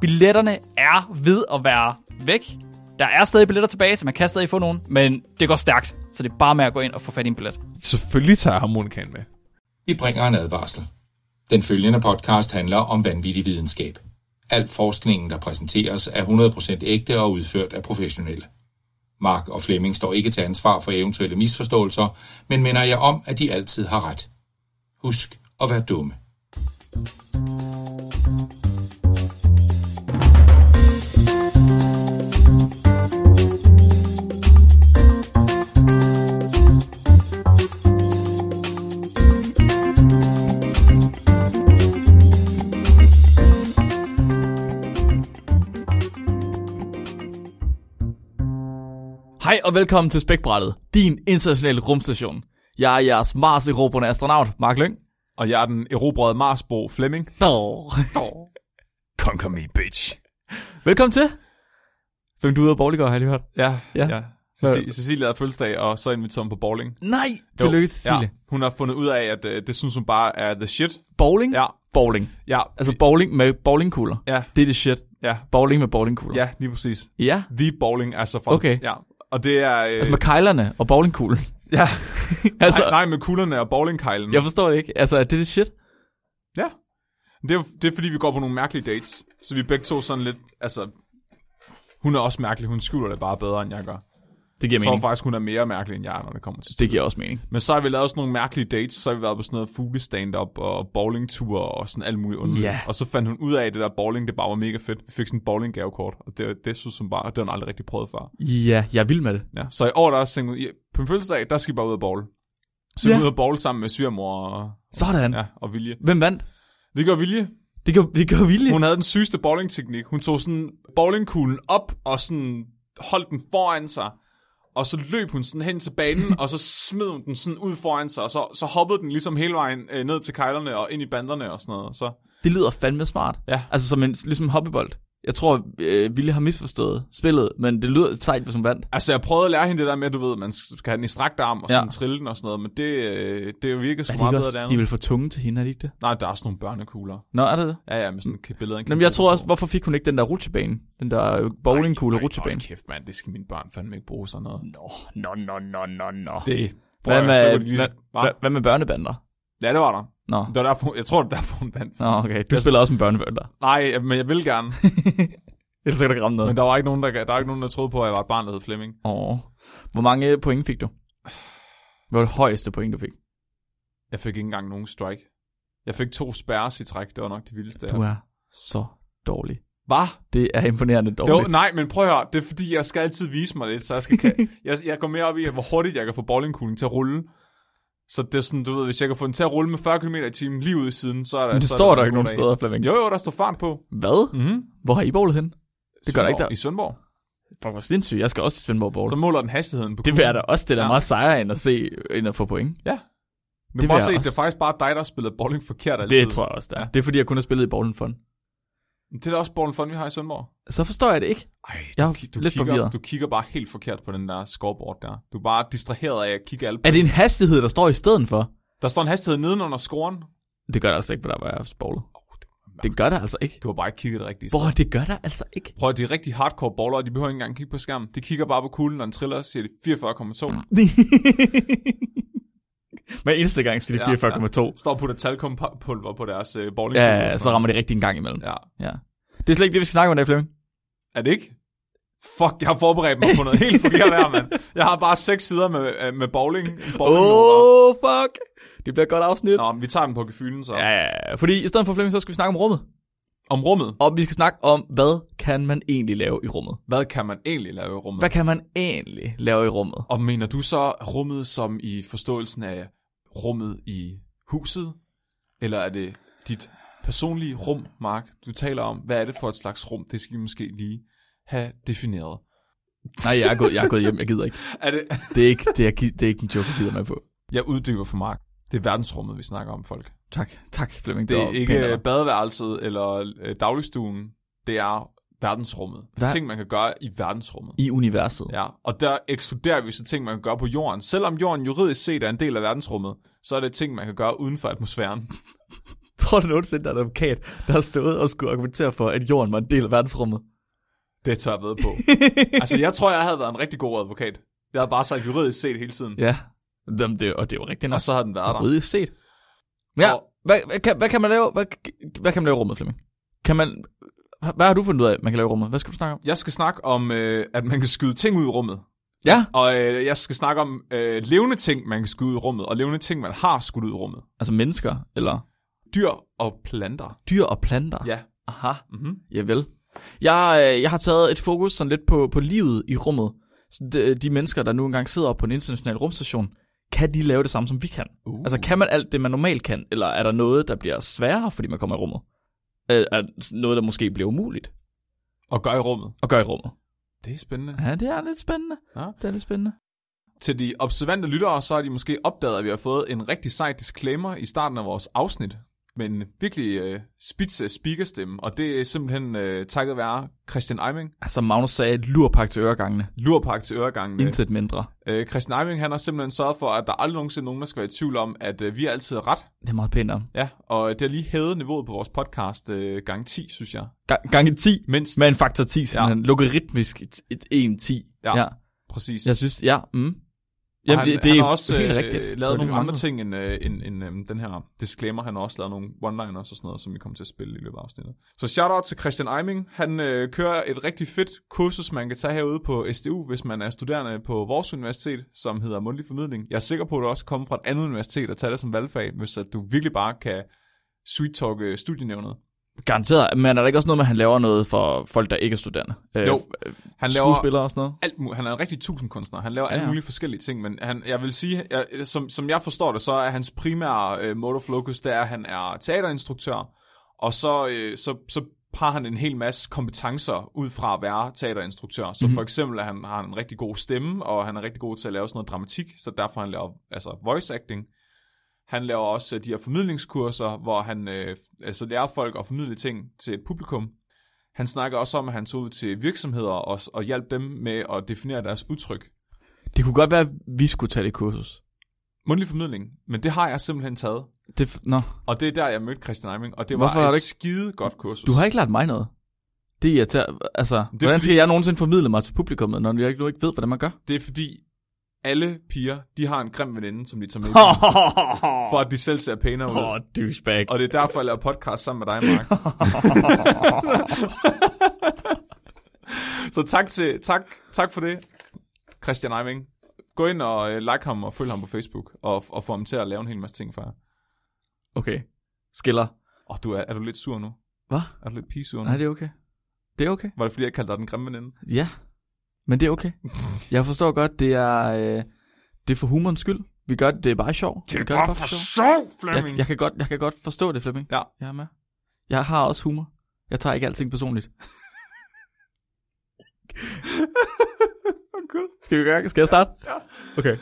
Billetterne er ved at være væk. Der er stadig billetter tilbage, så man kan stadig få nogen, men det går stærkt. Så det er bare med at gå ind og få fat i en billet. Selvfølgelig tager jeg harmonikaen med. Vi bringer en advarsel. Den følgende podcast handler om vanvittig videnskab. Al forskningen, der præsenteres, er 100% ægte og udført af professionelle. Mark og Flemming står ikke til ansvar for eventuelle misforståelser, men minder jer om, at de altid har ret. Husk at være dumme. Hej og velkommen til Spækbrættet, din internationale rumstation. Jeg er jeres mars erobrende astronaut, Mark Lyng. Og jeg er den erobrede Marsbo Flemming. Dår. Conquer me, bitch. Velkommen til. Fem du ud af Borligård, har jeg lige hørt. Ja, Ja. ja. ja. Ceci- Cecilie havde fødselsdag, og så inviterede hun på bowling. Nej, Jo, tillykke til Cecilie. Ja. Ja, hun har fundet ud af, at øh, det synes hun bare er the shit. Bowling? Ja, Bowling. ja, Altså bowling med bowlingkugler. ja, Det er det shit. ja, Bowling med bowlingkugler. ja, lige præcis. ja. The bowling er så fucking. Okay. Ja, og det er... Øh, Altså med kejlerne og bowlingkuglen. ja, altså, nej, nej, med kuglerne og bowlingkejlen. jeg forstår det ikke. Altså, er det det shit? Ja. Det er, det er fordi, vi går på nogle mærkelige dates. Så vi er begge to sådan lidt... Altså, hun er også mærkelig. Hun skjuler det bare bedre, end jeg gør. Det giver Jeg tror mening. faktisk, hun er mere mærkelig, end jeg er, når det kommer til Det stykket. giver også mening. Men så har vi lavet sådan nogle mærkelige dates. Så har vi været på sådan noget fuglestand-up og bowlingture og sådan alt muligt underligt. Ja. Og så fandt hun ud af, at det der bowling, det bare var mega fedt. Vi fik sådan en bowling-gavekort, og det, det synes hun bare, og det har hun aldrig rigtig prøvet før. Ja, jeg er vild med det. Ja. Så i år, der er også tænkt ud, "Ja, på min fødselsdag, der skal vi bare ud og bowle. Så vi Ja. er ude og bowle sammen med svigermor og, Sådan. Ja. ja, og Vilje. Hvem vandt? Det gør Vilje. Det gør, det gør vildt. Hun havde den sygeste bowlingteknik. Hun tog sådan bowlingkuglen op og sådan holdt den foran sig. Og så løb hun sådan hen til banen, og så smed hun den sådan ud foran sig, og så, så hoppede den ligesom hele vejen øh, ned til kejlerne og ind i banderne og sådan noget. Så, Det lyder fandme smart. Ja. Altså som en, ligesom en hobbybold. Jeg tror, øh, Ville har misforstået spillet, men det lyder sejt, hvis hun vandt. altså jeg prøvede at lære hende det der med, du ved, man skal have den i strakt arm og sådan Ja. ja. trille den og sådan noget, men det, øh, det virker Er sgu de, ikke meget bedre også, de dernede. er vel for tunge til hende, er de ikke det? Nej, der er sådan nogle børnekugler. Nå, er det det? Ja, ja, med sådan et billede. af en Jamen, jeg kæmpe- tror også, hvorfor fik hun ikke den der rutsjebane? Den der øh, bowlingkugle Ej, rutsjebane. Hold kæft, mand, det skal mine børn fandme ikke bruge sådan noget. Nå, nå, nå, nå, nå, nå. Det, prøv Hvad at så kunne med, de lige... hvad, Hva? hvad, hvad med børnebander? Ja, det var der. Nå. Det var derfor, jeg tror, det var derfor, hun vandt. Nå, okay. Du spiller også en børnebander. Nej, men jeg vil gerne. Ellers kan du ikke ramme noget. Men der var ikke nogen, der, der, er ikke nogen, der troede på, at jeg var et barn, der hed Flemming. Åh. Hvor mange øh, point fik du? Hvad var det højeste point, du fik? Jeg fik ikke engang nogen strike. Jeg fik to spærres i træk. Det var nok det vildeste. Du er så dårlig. Hvad? Det er imponerende Det var, dårligt. nej, men prøv at høre. Det er fordi, jeg skal altid vise mig lidt, så jeg, skal, kan- jeg, jeg går mere op i, hvor hurtigt jeg kan få bowlingkuglen til at rulle. Så det er sådan, du ved, hvis jeg kan få den til at rulle med 40 km i timen lige ud i siden, så er der... Men det så er står sådan der en ikke god nogen dag. steder, Flemming. Jo, jo, der står fart på. Hvad? Mm-hmm. Hvor har I bowlet hen? Det gør der ikke der. I Sønderborg. Fuck, hvor sindssygt. Jeg skal også til Svendborg Bowl. Så måler den hastigheden på Det vil jeg da også. Det er da Ja. meget sejere end at, se, end at få point. Ja. Men vil det, også jeg se, det også. er faktisk bare dig, der har spillet bowling forkert altid. Det tror jeg også, der. Det er fordi, jeg kun har spillet i Bowling Fun. Men Det er da også bowling fun, vi har i Sønderborg. Så forstår jeg det ikke. Ej, Jeg er ki- lidt kigger, forvirret. Du kigger bare helt forkert på den der scoreboard der. Du er bare distraheret af at kigge alle. Er det en hastighed, der står i stedet for? Der står en hastighed nedenunder scoren. Det gør der altså ikke, hvor der var jeg bowlet. Det gør der altså ikke. Du har bare ikke kigget det rigtige Bror, sted. det gør der altså ikke. Prøv at de rigtige hardcore bowlere, de behøver ikke engang kigge på skærmen. De kigger bare på kuglen, når den triller, så siger de 44,2. Men eneste gang skal de Ja, 44,2. Ja, ja. Står og putter talkumpulver på deres øh, bowling. Ja, så rammer det rigtigt en gang imellem. Ja. Ja. ja. Det er slet ikke det, vi skal snakke om i dag, Flemming. Er det ikke? Fuck, jeg har forberedt mig på noget helt forkert her, mand. Jeg har bare seks sider med, øh, med bowling. bowling Oh, fuck! Det bliver et godt afsnit. Nå, men vi tager den på gefylen så. Ja, ja, ja. fordi i stedet for Flemming, så skal vi snakke om rummet. Om rummet. Og vi skal snakke om, hvad kan man egentlig lave i rummet? Hvad kan man egentlig lave i rummet? Hvad kan man egentlig lave i rummet? Og mener du så rummet som i forståelsen af rummet i huset? Eller er det dit personlige rum, Mark, du taler om? Hvad er det for et slags rum? Det skal vi måske lige have defineret. Nej, jeg er, gået, jeg er gået hjem, jeg gider ikke. Er det, Det er ikke, det er, gi- det er ikke en joke, jeg gider med på. jeg uddyber for Mark. Det er verdensrummet, vi snakker om, folk. Tak, tak Flemming. Det er var ikke pænt af pænder. dig. badeværelset eller øh, dagligstuen. Det er verdensrummet. Hvad? Hvad? Ting, man kan gøre i verdensrummet. I universet. Ja. Ja, og der ekskluderer vi så ting, man kan gøre på jorden. Selvom jorden juridisk set er en del af verdensrummet, så er det ting, man kan gøre uden for atmosfæren. Tror du nogensinde, der er en advokat, der har stået og skulle argumentere for, at jorden var en del af verdensrummet? Det tør jeg ved på. altså, jeg tror, jeg havde været en rigtig god advokat. Jeg havde bare sagt juridisk set hele tiden. Ja. Ja. Jamen, det, og det er jo rigtigt nok. Og så havde den været der. Juridisk set. Men ja, Og- hvad, hvad, kan, hvad kan man lave? Hvad, hvad kan man lave i rummet, Flemming? Kan man... Hvad har du fundet ud af, man kan lave i rummet? Hvad skal du snakke om? Jeg skal snakke om, øh, at man kan skyde ting ud i rummet. Ja, Og øh, jeg skal snakke om øh, levende ting, man kan skyde ud i rummet, og levende ting, man har skudt ud i rummet. altså mennesker, eller Dyr og planter. dyr og planter. Ja. Aha, Mm-hmm. javel. Jeg, øh, jeg har taget et fokus sådan lidt på, på livet i rummet. Så de, de mennesker, der nu engang sidder oppe på en international rumstation, kan de lave det samme, som vi kan? Uh. Altså kan man alt det, man normalt kan, eller er der noget, der bliver sværere, fordi man kommer i rummet? Øh, Er noget, der måske bliver umuligt Og gør i rummet. at gøre i rummet? Det er spændende. Ja, det er lidt spændende. Ja. Det er lidt spændende. Til de observante lyttere, så har de måske opdaget, at vi har fået en rigtig sej disclaimer i starten af vores afsnit. Men virkelig øh, spidse speakerstemme, og det er simpelthen øh, takket være Christian Eiming. Altså Magnus sagde, et lurpak til øregangene. Lurpak til øregangene. Intet mindre. Øh, Christian Eiming, han har simpelthen sørget for, at der aldrig nogensinde er nogen, der skal være i tvivl om, at øh, vi er altid ret. Det er meget pænt om. Ja, og øh, det har lige hævet niveauet på vores podcast øh, gang 10, synes jeg. Ga- gange 10 Mindst. med en faktor 10, simpelthen. Ja. Logaritmisk et, et 1 10. Ja. ja. Præcis. Jeg synes, ja. Mm. Og Jamen, han, det, det han er har også helt øh, rigtigt. Det var lavet det, nogle vi andre manglede. ting end, øh, end, end øh, den her disclaimer. Han har også lavet nogle one-liners og sådan noget, som vi kommer til at spille i løbet af afsnittet. Så shout-out til Christian Eiming. Han øh, kører et rigtig fedt kursus, man kan tage herude på SDU, hvis man er studerende på vores universitet, som hedder Mundtlig Formidling. Jeg er sikker på, at du også kommer fra et andet universitet og tager det som valgfag, hvis at du virkelig bare kan sweet-talke studienævnet. Garanteret. Men er der ikke også noget med, at han laver noget for folk, der ikke er studerende? Øh, Jo. f- øh, Han laver Skuespillere og sådan noget? alt mu- han er en rigtig tusindkunstner. Han laver alle Ja, ja. ja. mulige forskellige ting, men han, jeg vil sige, jeg, som, som jeg forstår det, så er hans primære øh, mode of focus, det er, at han er teaterinstruktør, og så, øh, så, så har han en hel masse kompetencer ud fra at være teaterinstruktør. Så mm-hmm. for eksempel, at han har en rigtig god stemme, og han er rigtig god til at lave sådan noget dramatik, så derfor han laver altså voice acting. Han laver også øh, de her formidlingskurser, hvor han øh, altså lærer folk at formidle ting til et publikum. Han snakker også om, at han tog ud til virksomheder og, og hjalp dem med at definere deres udtryk. Det kunne godt være, at vi skulle tage det kursus. Mundtlig formidling, men det har jeg simpelthen taget. Det, f- Nå, Og det er der, jeg mødte Christian Eiming, og det Hvorfor var har et du ikke... ikke- skide godt kursus. du har ikke lært mig noget. Det er irriterende. Altså, hvordan fordi- skal jeg nogensinde formidle mig til publikummet, når jeg nu ikke ved, hvordan man gør? Det er fordi, alle piger, de har en grim veninde, som de tager med, oh. Åh, for at de selv ser pænere ud. oh, douchebag. Og det er derfor, jeg laver podcast sammen med dig, Mark. så tak, til, tak, tak for det, Christian Eiming. Gå ind og øh, like ham og følg ham på Facebook, og, og få ham til at lave en hel masse ting for jer. Okay. Skiller. Åh, oh, du er, er du lidt sur nu? Hvad? Er du lidt pigesur nu? Nej, det er okay. Det er okay. Var det fordi, jeg kaldte dig den grimme veninde? Ja. Men det er okay. Jeg forstår godt, det er, øh, det er for humorens skyld. Vi gør det, det er bare sjov. Det er bare, bare for sjov. sjov, Jeg, jeg, kan godt, jeg kan godt forstå det, Flemming. Ja. Jeg er med. Jeg har også humor. Jeg tager ikke alting personligt. Skal vi gøre Skal jeg starte? Ja. Okay.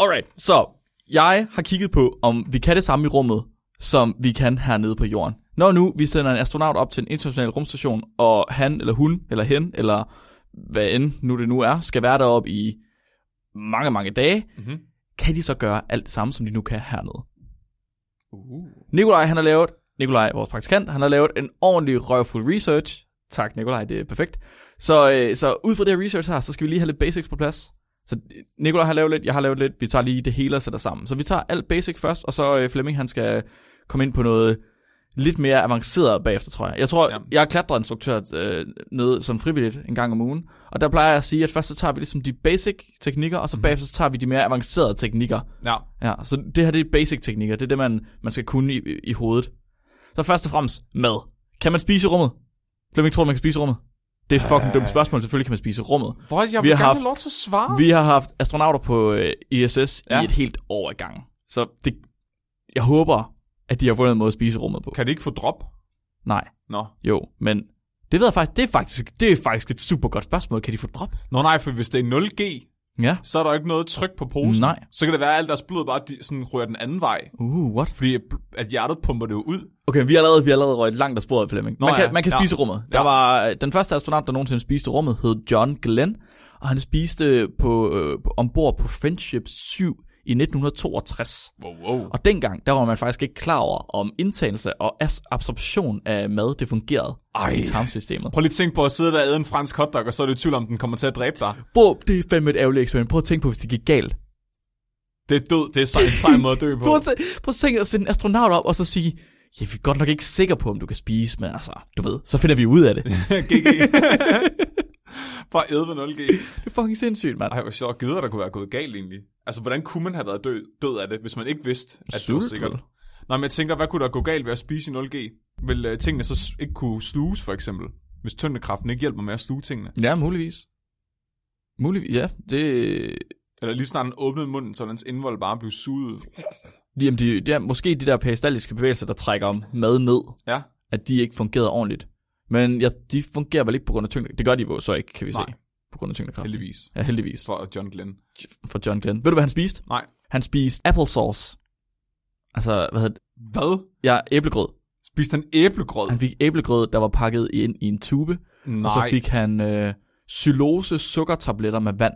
Alright, så jeg har kigget på, om vi kan det samme i rummet, som vi kan hernede på jorden. Når nu vi sender en astronaut op til en international rumstation, og han eller hun eller hen, eller hvad end nu det nu er, skal være deroppe i mange, mange dage, Mm-hmm. kan de så gøre alt det samme, som de nu kan hernede. Uh. Nikolaj, han har lavet, Nikolaj, vores praktikant, han har lavet en ordentlig røvfuld research. Tak, Nikolaj, det er perfekt. Så, øh, så ud fra det her research her, så skal vi lige have lidt basics på plads. Så øh, Nikolaj har lavet lidt, jeg har lavet lidt, vi tager lige det hele og sætter sammen. Så vi tager alt basic først, og så øh, Flemming, han skal komme ind på noget lidt mere avanceret bagefter, tror jeg. Jeg tror, Ja. ja. jeg er klatreinstruktør øh, nede som frivilligt en gang om ugen, og der plejer jeg at sige, at først så tager vi ligesom de basic teknikker, og så bagefter så tager vi de mere avancerede teknikker. Ja, Ja, så det her det er basic teknikker. Det er det, man, man skal kunne i, i hovedet. Så først og fremmest mad. Kan man spise i rummet? Flemming tror, du, man kan spise i rummet. Det er et fucking dumt spørgsmål. Selvfølgelig kan man spise i rummet. hvor jeg Vi vil har gerne haft- have lov til at svare. Vi har haft astronauter på øh, ISS ja. Ja. i et helt år ad gangen. Så det, jeg håber, at de har fundet en måde at spise i rummet på. Kan det ikke få drop? Nej, Nå, jo, men Det ved jeg faktisk. Det er faktisk, det er faktisk et super godt spørgsmål. Kan de få drop? Nå nej, for hvis det er 0G, Ja. så er der jo ikke noget tryk på posen. Nej. Så kan det være, at alt deres blod bare de, sådan ryger den anden vej. Uh, what? Fordi at hjertet pumper det jo ud. Okay, vi har allerede, vi har allerede røget langt af sporet, Flemming. Man, Nå kan, ja, man kan ja. spise rummet. Der Ja. var øh, den første astronaut, der nogensinde spiste rummet, hed John Glenn, og han spiste på, øh, ombord på Friendship 7 i 1962. Wow, wow. Og dengang, der var man faktisk ikke klar over, om indtagelse og as- absorption af mad, det fungerede Ej. i tarmsystemet. Prøv lige at tænke på at sidde der og æde en fransk hotdog, og så er du i tvivl om, den kommer til at dræbe dig. Prøv, det er fandme et ærgerligt eksperiment. Prøv at tænke på, hvis det gik galt. Det er død, det er sej, en sej måde at dø Prøv at, på. tæ- prøv at tænke at sende en astronaut op, og så sige, ja, vi er godt nok ikke sikre på, om du kan spise, men altså, du ved, så finder vi ud af det. det GG. Bare æde med 0G. er fucking sindssygt, mand. Ej, hvor sjovt. Gider der kunne være gået galt egentlig. Altså, hvordan kunne man have været død, død af det, hvis man ikke vidste, at det var Sult, sikkert? vel? Nej, men jeg tænker, hvad kunne der gå galt ved at spise i 0G? Vil øh, tingene så s- ikke kunne sluges, for eksempel? Hvis tyndekraften ikke hjælper med at sluge tingene. Ja, muligvis. Muligvis, ja. Det, Eller lige snart den åbnede munden, så dens indvold bare blev suget. ud. jamen, de, ja, måske de der peristaltiske bevægelser, der trækker mad ned, Ja. at de ikke fungerede ordentligt. Men ja, de fungerer vel ikke på grund af tyngde. Det gør de jo så ikke, kan vi Nej. se. På grund af tyngdekraften. Heldigvis. Ja, heldigvis. For John Glenn. For John Glenn. Ved du, hvad han spiste? Nej. Han spiste applesauce. Altså, hvad hedder det? Hvad? Ja, æblegrød. Spiste han æblegrød? Han fik æblegrød, der var pakket ind i en tube. Nej. Og så fik han øh, xylose sukkertabletter med vand.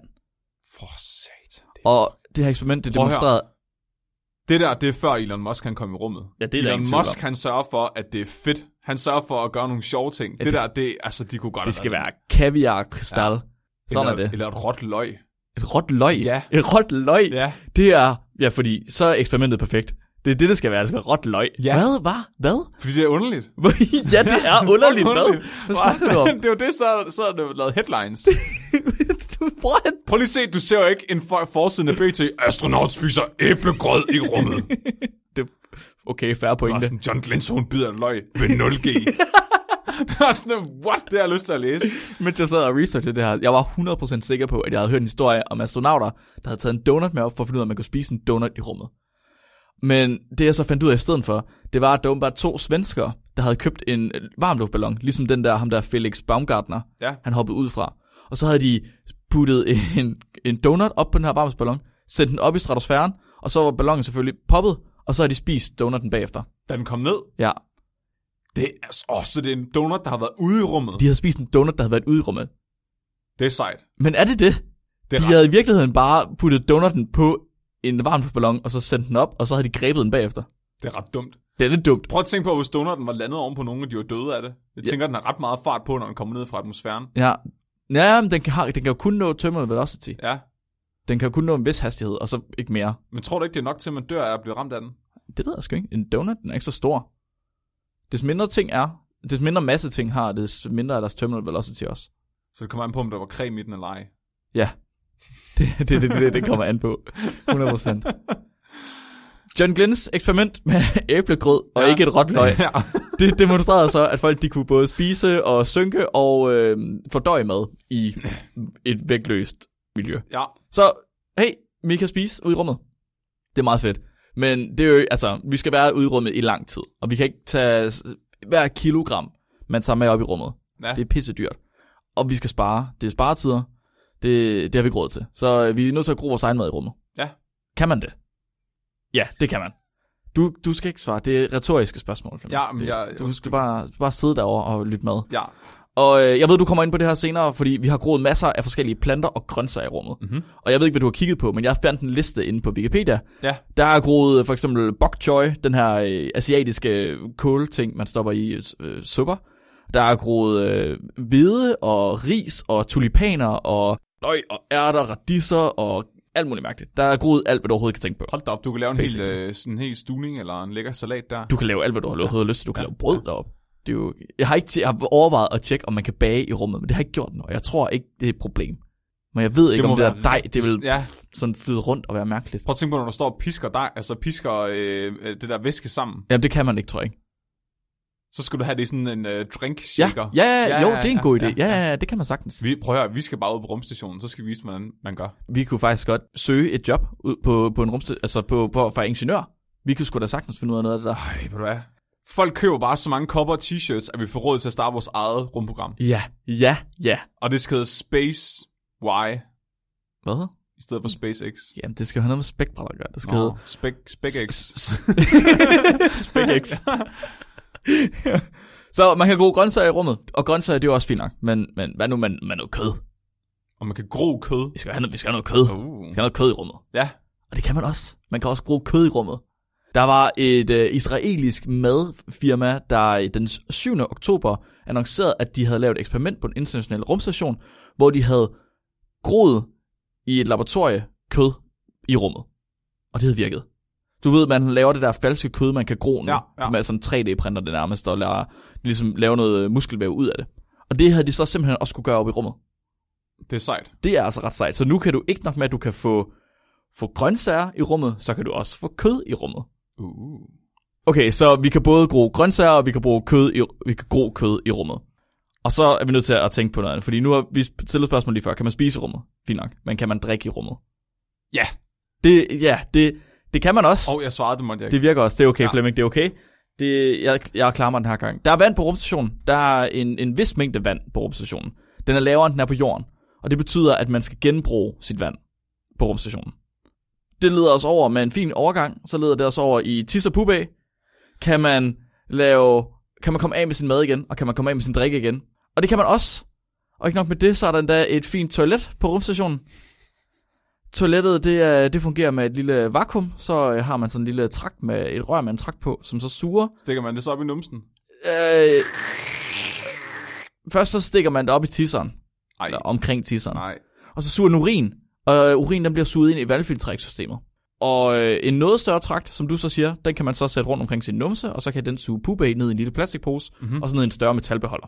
For satan. Og det her eksperiment, det Prøv at høre. demonstrerede... Det der, det er før Elon Musk han kom i rummet. Ja, det er der Elon ingen tvivl Musk om. han sørger for, at det er fedt. Han sørger for at gøre nogle sjove ting. Ja, det, det- der, det, altså de kunne godt Det have skal været- være kaviar kristal. Ja. Sådan er eller, det. Eller et råt løg. Et råt løg? Ja. Et råt løg? Ja. Det er... Ja, fordi så er eksperimentet perfekt. Det er det, det skal være. Det skal være råt løg. Ja. Hvad? Hvad? Hvad? Fordi det er underligt. ja, det er underligt. Hvad? Hvad snakker du om? det var det, så, så havde du lavet headlines. What? Prøv lige at se, du ser jo ikke en for, forsiden af BT. Astronaut spiser æblegrød i rummet. Det, okay, færre Og pointe. sådan, John Glenn, så hun bider en løg ved 0G. Det var sådan, what? Det har jeg lyst til at læse. Mens jeg sad og researchede det her, jeg var 100% sikker på, at jeg havde hørt en historie om astronauter, der havde taget en donut med op for at finde ud af, at man kunne spise en donut i rummet. Men det jeg så fandt ud af i stedet for, det var, at der åbenbart to svenskere, der havde købt en øh, varmluftballon, ligesom den der, ham der Felix Baumgartner, Ja. han hoppede ud fra. Og så havde de puttet en, en donut op på den her varmluftballon, sendt den op i stratosfæren, og så var ballonen selvfølgelig poppet, og så havde de spist donutten bagefter. Da den kom ned, Ja, det er, åh, så det er en donut, der har været ude i rummet. de havde spist en donut, der havde været ude i rummet. Det er sejt. Men er det det? Det er De havde i virkeligheden bare puttet donuten på en varmluftballon, og så sendt den op, og så havde de grebet den bagefter. Det er ret dumt. Det er lidt dumt. Prøv at tænke på, hvis donuten var landet oven på nogen, og de var døde af det. Jeg tænker, den har ret meget fart på, når den kommer ned fra atmosfæren. Ja, ja men den kan, har- den kan jo kun nå terminal velocity. Ja. Den kan jo kun nå en vis hastighed, og så ikke mere. Men tror du ikke, det er nok til, at man dør af at blive ramt af den? Det ved jeg sgu ikke. En donut, den er ikke så stor. Des mindre ting er, des mindre masse ting har, des mindre er deres terminal velocity også. Så det kommer an på, om der var creme i den eller ej. Ja, det er det, det, det, det kommer an på. 100%. John Glens eksperiment med æblegrød og ja. ikke et råt løg. Ja. det demonstrerede så, at folk de kunne både spise og synke og øh, fordøje mad i et vægtløst miljø. ja. Så, hey, vi kan spise ude i rummet. Det er meget fedt. Men det er jo, altså, vi skal være ude i rummet i lang tid, og vi kan ikke tage s- hver kilogram, man tager med op i rummet. Ja. Det er pisse dyrt. Og vi skal spare. Det er sparetider. Det, det har vi ikke råd til. Så øh, vi er nødt til at gro vores egen mad i rummet. Ja. Kan man det? Ja, det kan man. Du, du skal ikke svare. Det er retoriske spørgsmål. Flemming. Ja, men Det- jeg- Du skal bare, bare sidde derovre og lytte med. ja. Og øh, jeg ved, du kommer ind på det her senere, fordi vi har groet masser af forskellige planter og grøntsager i rummet. Mm-hmm. Og jeg ved ikke, hvad du har kigget på, men jeg fandt en liste inde på Wikipedia. Ja. Der er groet øh, for eksempel bok choy, den her øh, asiatiske øh, kålting, man stopper i øh, supper. Der er groet øh, hvede og ris og tulipaner og løg og ærter, radisser og alt muligt mærkeligt. Der er groet alt, hvad du overhovedet kan tænke på. Hold da op, du kan lave en hel, Basically. øh, sådan en hel stuning eller en lækker salat der. Du kan lave alt, hvad du har overhovedet lyst til. Du kan lave brød derop. Det er jo, jeg har ikke tje- jeg har overvejet at tjekke, om man kan bage i rummet, men det har jeg ikke gjort nu, og jeg tror ikke, det er et problem. Men jeg ved ikke, må om det være der dej, det vil Ja. ja. sådan flyde rundt og være mærkeligt. Prøv at tænke på, når du står og pisker dig, altså pisker øh, øh, det der væske sammen, Jamen, det kan man ikke, tror jeg ikke. så skal du have det i sådan en øh, drink Ja, shaker. ja, ja, ja, jo, det er en god idé. Ja, ja, ja, det kan man sagtens. Vi, prøv at høre, vi skal bare ud på rumstationen, så skal vi vise, hvordan man gør. Vi kunne faktisk godt søge et job ud på, på en rumsted, altså på, på, for ingeniør. Vi kunne sgu da sagtens finde ud af noget af det der. Ej, ved du hvad? Folk køber bare så mange kopper og t-shirts, at vi får råd til at starte vores eget rumprogram. Ja, ja, ja. Og det skal hedde Space Y Hvad? i stedet for SpaceX. Jamen, det skal jo have noget med spækbræt at gøre. Det skal Nå, hedde... Spec, SpecX. SpækX. Så man kan bruge grøntsager i rummet, og grøntsager det er jo også fint nok, men, men hvad nu med, med noget kød? Og man kan gro kød. Vi skal, have noget, vi skal have noget kød. Vi Uh. skal have noget kød i rummet. Ja, Og det kan man også. Man kan også bruge kød i rummet. Der var et øh, israelisk madfirma, der i den 7. oktober annoncerede, at de havde lavet et eksperiment på den internationale rumstation, hvor de havde groet i et laboratorie kød i rummet. Og det havde virket. Du ved, man laver det der falske kød, man kan gro nu, Ja, ja. med sådan 3D-printer det nærmest, og lader, ligesom lave noget øh, muskelvæv ud af det. Og det havde de så simpelthen også kunne gøre op i rummet. det er sejt. Det er altså ret sejt. Så nu kan du ikke nok med, at du kan få, få grøntsager i rummet, så kan du også få kød i rummet. Uh. Okay, så vi kan både gro grøntsager, og vi kan, bruge kød i, vi kan gro kød i rummet. Og så er vi nødt til at tænke på noget andet, fordi nu har vi stillet spørgsmål lige før. Kan man spise i rummet? Fint nok. Men kan man drikke i rummet? Ja. Det, ja, det, det kan man også. Og jeg svarede, det måtte jeg ikke. Det virker også. Det er okay, ja. Ja. Flemming. Det er okay. Det, jeg, jeg klarer mig den her gang. Der er vand på rumstationen. Der er en, en vis mængde vand på rumstationen. Den er lavere, end den er på jorden. Og det betyder, at man skal genbruge sit vand på rumstationen. Det leder os over med en fin overgang. Så leder det os over i tis og pubæ. Kan man lave... Kan man komme af med sin mad igen, og kan man komme af med sin drikke igen. Og det kan man også. Og ikke nok med det, så er der endda et fint toilet på rumstationen. Toilettet, det, er, det fungerer med et lille vakuum, så øh, har man sådan en lille trakt med et rør med en trakt på, som så suger. Stikker man det så op i numsen? Øh, først så stikker man det op i tisseren, Ej, eller omkring tisseren, nej. og så suger den urin, og urin den bliver suget ind i valgfiltræksystemet. Og øh, en noget større trakt, som du så siger, den kan man så sætte rundt omkring sin numse, og så kan den suge pupa ned i en lille plastikpose, mm-hmm. og så ned i en større metalbeholder.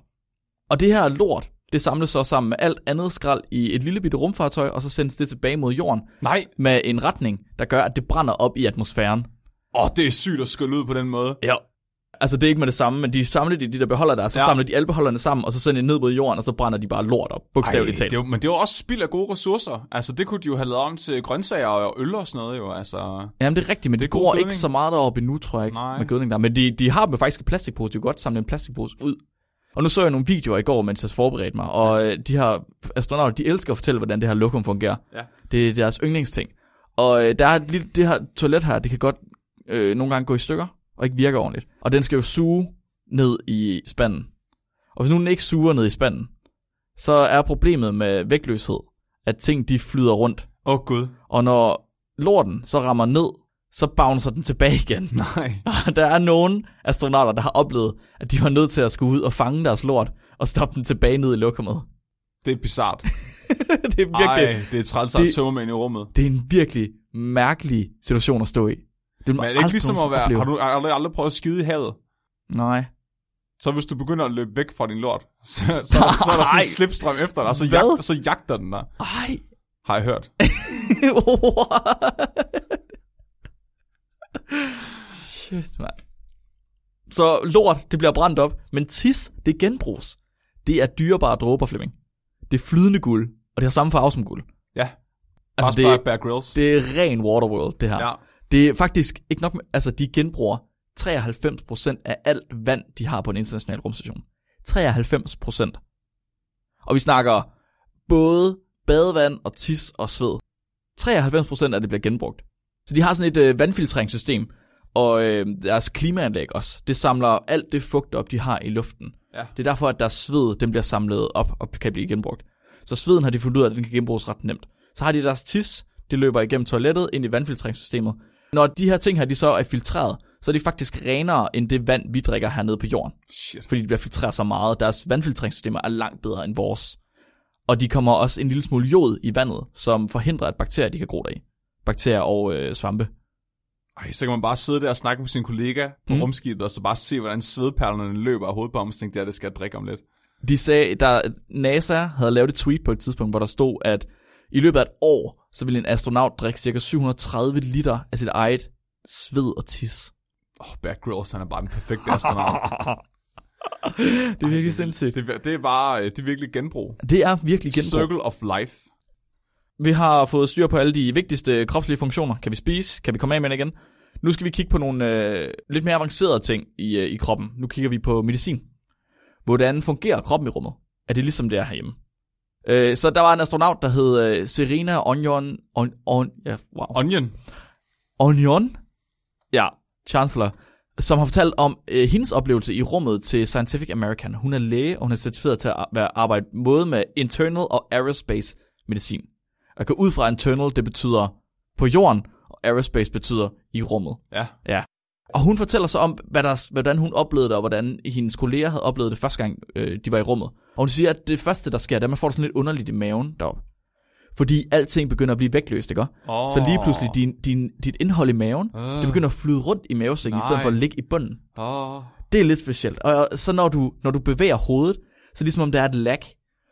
Og det her lort, det samles så sammen med alt andet skrald i et lille bitte rumfartøj, og så sendes det tilbage mod jorden, Nej. med en retning, der gør, at det brænder op i atmosfæren. Åh, det er sygt at skylle ud på den måde. Ja. Altså, det er ikke med det samme, men de samler de, de der beholder der, så ja. Ja. samler de alle beholderne sammen, og så sender de ned mod jorden, og så brænder de bare lort op, bogstaveligt det talt. er jo, men det var også spild af gode ressourcer. Altså, det kunne de jo have lavet om til grøntsager og øl og sådan noget jo. Altså, Jamen, det er rigtigt, men det, Det det er god gror gødning. ikke så meget deroppe endnu, tror jeg ikke, Nej. med gødning der. Men de, de har dem jo faktisk i plastikpose, de kan godt samle en plastikpose ud. Og nu så jeg nogle videoer i går, mens jeg forberedte mig, og øh, de her astronauter, de elsker at fortælle, hvordan det her lokum fungerer. Ja. Det er deres yndlingsting. Og øh, der er et lille, det her toilet her, det kan godt øh, nogle gange gå i stykker, og ikke virke ordentligt. Og den skal jo suge ned i spanden. Og hvis nu den ikke suger ned i spanden, så er problemet med vægtløshed, at ting de flyder rundt. åh oh, gud. Og når lorten så rammer ned, så bouncer den tilbage igen. Nej. Og der er nogen astronauter, der har oplevet, at de var nødt til at skulle ud og fange deres lort, og stoppe den tilbage ned i lokummet. Det er bizart. det er virkelig... Nej, det er træls Det- at tømme ind i rummet. det er en virkelig mærkelig situation at stå i. Det vil man Men er det ikke aldrig ligesom at nogensinde være... opleve. Har du aldrig, aldrig prøvet at skide i havet? Nej. Så hvis du begynder at løbe væk fra din lort, så, så, så er der sådan Nej. en slipstrøm efter dig, og så, Hvad? jagt, så jagter den dig. Ej. Har jeg hørt. Shit, man. Så lort, det bliver brændt op, men tis, det genbruges. Det er dyrebare dråber, Flemming. Det er flydende guld, og det har samme farve som guld. Ja. Altså, Altså, det- det, Bear Grylls. Det er ren Waterworld, det her. ja. Det er faktisk ikke nok med, altså de genbruger 93% af alt vand, de har på en international rumstation. 93%. Og vi snakker både badevand og tis og sved. 93% af det bliver genbrugt. Så de har sådan et øh, vandfiltreringssystem, og øh, deres klimaanlæg også. Det samler alt det fugt op, de har i luften. Ja. Det er derfor, at deres sved den bliver samlet op og kan blive genbrugt. Så sveden har de fundet ud af, at den kan genbruges ret nemt. Så har de deres tis, det løber igennem toilettet ind i vandfiltreringssystemet. Når de her ting her, de så er filtreret, så er de faktisk renere end det vand, vi drikker hernede på jorden. Shit. Fordi de bliver filtreret så meget. Deres vandfiltreringssystemer er langt bedre end vores. Og de kommer også en lille smule jod i vandet, som forhindrer, at bakterier de kan gro deri. Bakterier og øh, svampe. Ej, så kan man bare sidde der og snakke med sin kollega på Mm. mm. rumskibet, og så bare se, hvordan svedperlerne løber af hovedet på ham, og så tænke, det, her, det skal jeg drikke om lidt. De sagde, der NASA havde lavet et tweet på et tidspunkt, hvor der stod, at i løbet af et år, så ville en astronaut drikke ca. 730 liter af sit eget sved og tis. Åh, oh, Bear Grylls, han er bare den perfekte astronaut. Det er virkelig sindssygt. det, er- det, er bare, øh, det er virkelig genbrug. Det er virkelig genbrug. genbrug. Circle of life. Vi har fået styr på alle de vigtigste kropslige funktioner. Kan vi spise? Kan vi komme af med det igen? Nu skal vi kigge på nogle øh, lidt mere avancerede ting i, øh, i kroppen. Nu kigger vi på medicin. Hvordan fungerer kroppen i rummet? Er det ligesom det er herhjemme? Øh, så der var en astronaut, der hed øh, Serena Onion... On, on, ja, wow. Onion. Onion, ja, Chancellor, som har fortalt om øh, hendes oplevelse i rummet til Scientific American. Hun er læge, og hun er certificeret til at ar- være- arbejde både med internal og aerospace medicin. Og gå ud fra internal, det betyder på jorden, og aerospace betyder i rummet. Ja. ja. Og hun fortæller så om, hvad der, hvordan hun oplevede det, og hvordan hendes kolleger havde oplevet det første gang, øh, de var i rummet. Og hun siger, at det første, der sker, det er, at man får det sådan lidt underligt i maven deroppe. Fordi alting begynder at blive vægtløst, ikke? Oh. Så lige pludselig, din, din, dit indhold i maven, Øh. øh. det begynder at flyde rundt i mavesækken, i stedet Nej. for at ligge i bunden. Åh. Det er lidt specielt. Og og så når du, når du bevæger hovedet, så er det ligesom om der er et lag.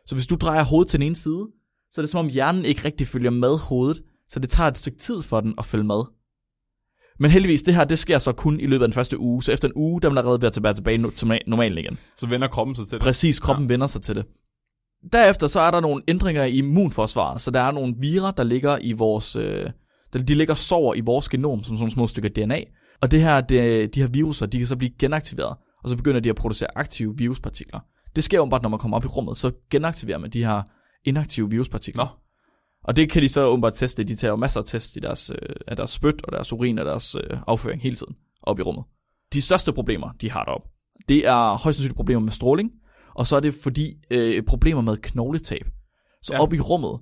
Så hvis du drejer hovedet til den ene side, så er det som om hjernen ikke rigtig følger med hovedet, så det tager et stykke tid for den at følge med. Men heldigvis, det her, det sker så kun i løbet af den første uge, så efter en uge, der vil der allerede være tilbage, tilbage no- til ma- normalen igen. Så vender kroppen sig til det. Præcis, kroppen ja. vender sig til det. Derefter så er der nogle ændringer i immunforsvaret, så der er nogle virer, der ligger i vores, øh, der- de ligger og sover i vores genom, som sådan små stykker DNA. Og det her, det, de her viruser, de kan så blive genaktiveret, og så begynder de at producere aktive viruspartikler. Det sker jo bare, når man kommer op i rummet, så genaktiverer man de her inaktive viruspartikler. Nå. Og det kan de så åbenbart teste. De tager jo masser af test i deres, øh, af deres spyt og deres urin og deres øh, afføring hele tiden op i rummet. De største problemer, de har deroppe, det er højst sandsynligt problemer med stråling, og så er det fordi øh, problemer med knogletab. Så Ja. ja. op i rummet,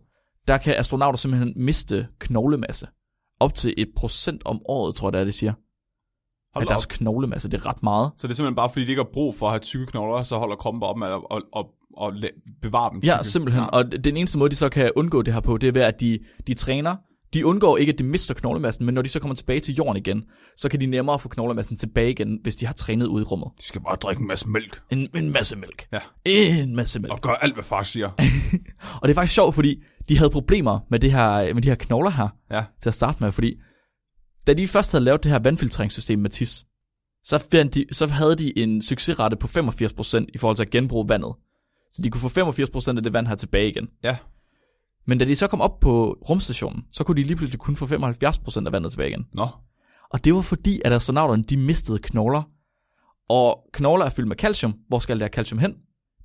der kan astronauter simpelthen miste knoglemasse. Op til et procent om året, tror jeg, det er, det siger. Hold Af da op. deres knoglemasse, det er ret meget. Så det er simpelthen bare, fordi de ikke har brug for at have tykke knogler, så holder kroppen bare op med at og, og, og la- bevare dem tykke. Ja, simpelthen. Ja. Og den eneste måde, de så kan undgå det her på, det er ved, at de, de træner. De undgår ikke, at de mister knoglemassen, men når de så kommer tilbage til jorden igen, så kan de nemmere få knoglemassen tilbage igen, hvis de har trænet ude i rummet. De skal bare drikke en masse mælk En, en masse mælk. Ja. En masse mælk. og gøre alt, hvad far siger. Og det er faktisk sjovt, fordi de havde problemer med, det her, med de her knogler her Ja. til at starte med, fordi da de først havde lavet det her vandfiltreringssystem med TIS, så, fandt de, så havde de en succesrate på 85% i forhold til at genbruge vandet. Så de kunne få 85% af det vand her tilbage igen. Ja. Men da de så kom op på rumstationen, så kunne de lige pludselig kun få 75% af vandet tilbage igen. Nå. Og det var fordi, at astronauterne de mistede knogler. Og knogler er fyldt med calcium. Hvor skal der calcium hen?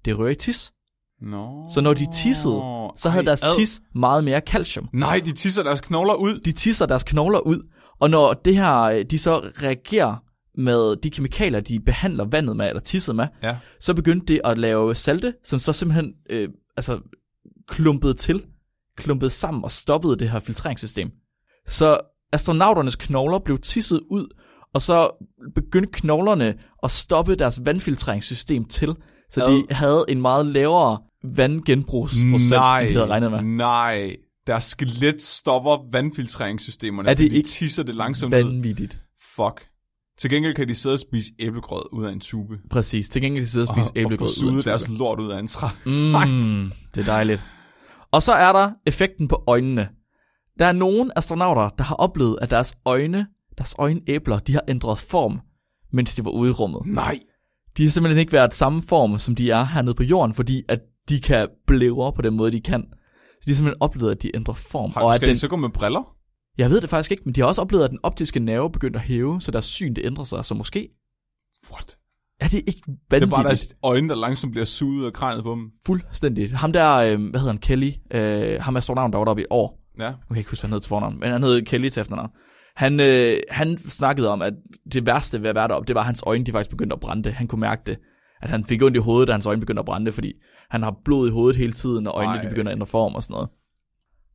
Det rører i tis. Nå. Så når de tissede, så havde Ej, deres ad. tis meget mere calcium. Nej, de tisser deres knogler ud. De tisser deres knogler ud, og når det her, øh, de så reagerer med de kemikalier, de behandler vandet med, eller tisset med, Ja. så begyndte det at lave salte, som så simpelthen øh, altså, klumpede til, klumpede sammen og stoppede det her filtreringssystem. Så astronauternes knogler blev tisset ud, og så begyndte knoglerne at stoppe deres vandfiltreringssystem til, så de havde en meget lavere vandgenbrugsprocent, Nej. end de havde regnet med. Nej. Deres skelet stopper vandfiltreringssystemerne, Er det fordi de ikke tisser det langsomt ud. Vanvittigt. Fuck. Til gengæld kan de sidde og spise æblegrød ud af en tube. Præcis. Til gengæld de sidder og spiser æblegrød og få ud af en suget deres tube. lort ud af en træ. Mm, det er dejligt. Og så er der effekten på øjnene. Der er nogle astronauter, der har oplevet, at deres øjne, deres øjenæbler, de har ændret form, mens de var ude i rummet. Nej. De har simpelthen ikke været samme form, som de er hernede på jorden, fordi at de kan blæve på den måde, de kan. Så de har simpelthen oplevet, at de ændrer form. Har, og at skal den... den, de så gå med briller? jeg ved det faktisk ikke, men de har også oplevet, at den optiske nerve begyndte at hæve, så deres syn det ændrer sig. Så måske What? er det ikke Det er vanvittigt. bare deres øjne, der langsomt bliver suget ud af kranet på dem. Fuldstændig. Ham der, øh, hvad hedder han, Kelly, øh, ham astronauten, der var deroppe i år. Nu Ja. kan jeg ikke huske, hvad han hed til fornavn, men han hed Kelly til efternavn. Han, øh, han snakkede om, at det værste ved at være deroppe, det var, at hans øjne de faktisk begyndte at brænde. Han kunne mærke det. At han fik ondt i hovedet, da hans øjne begyndte at brænde, fordi han har blod i hovedet hele tiden, og øjnene Ej. de begynder at ændre form og sådan noget.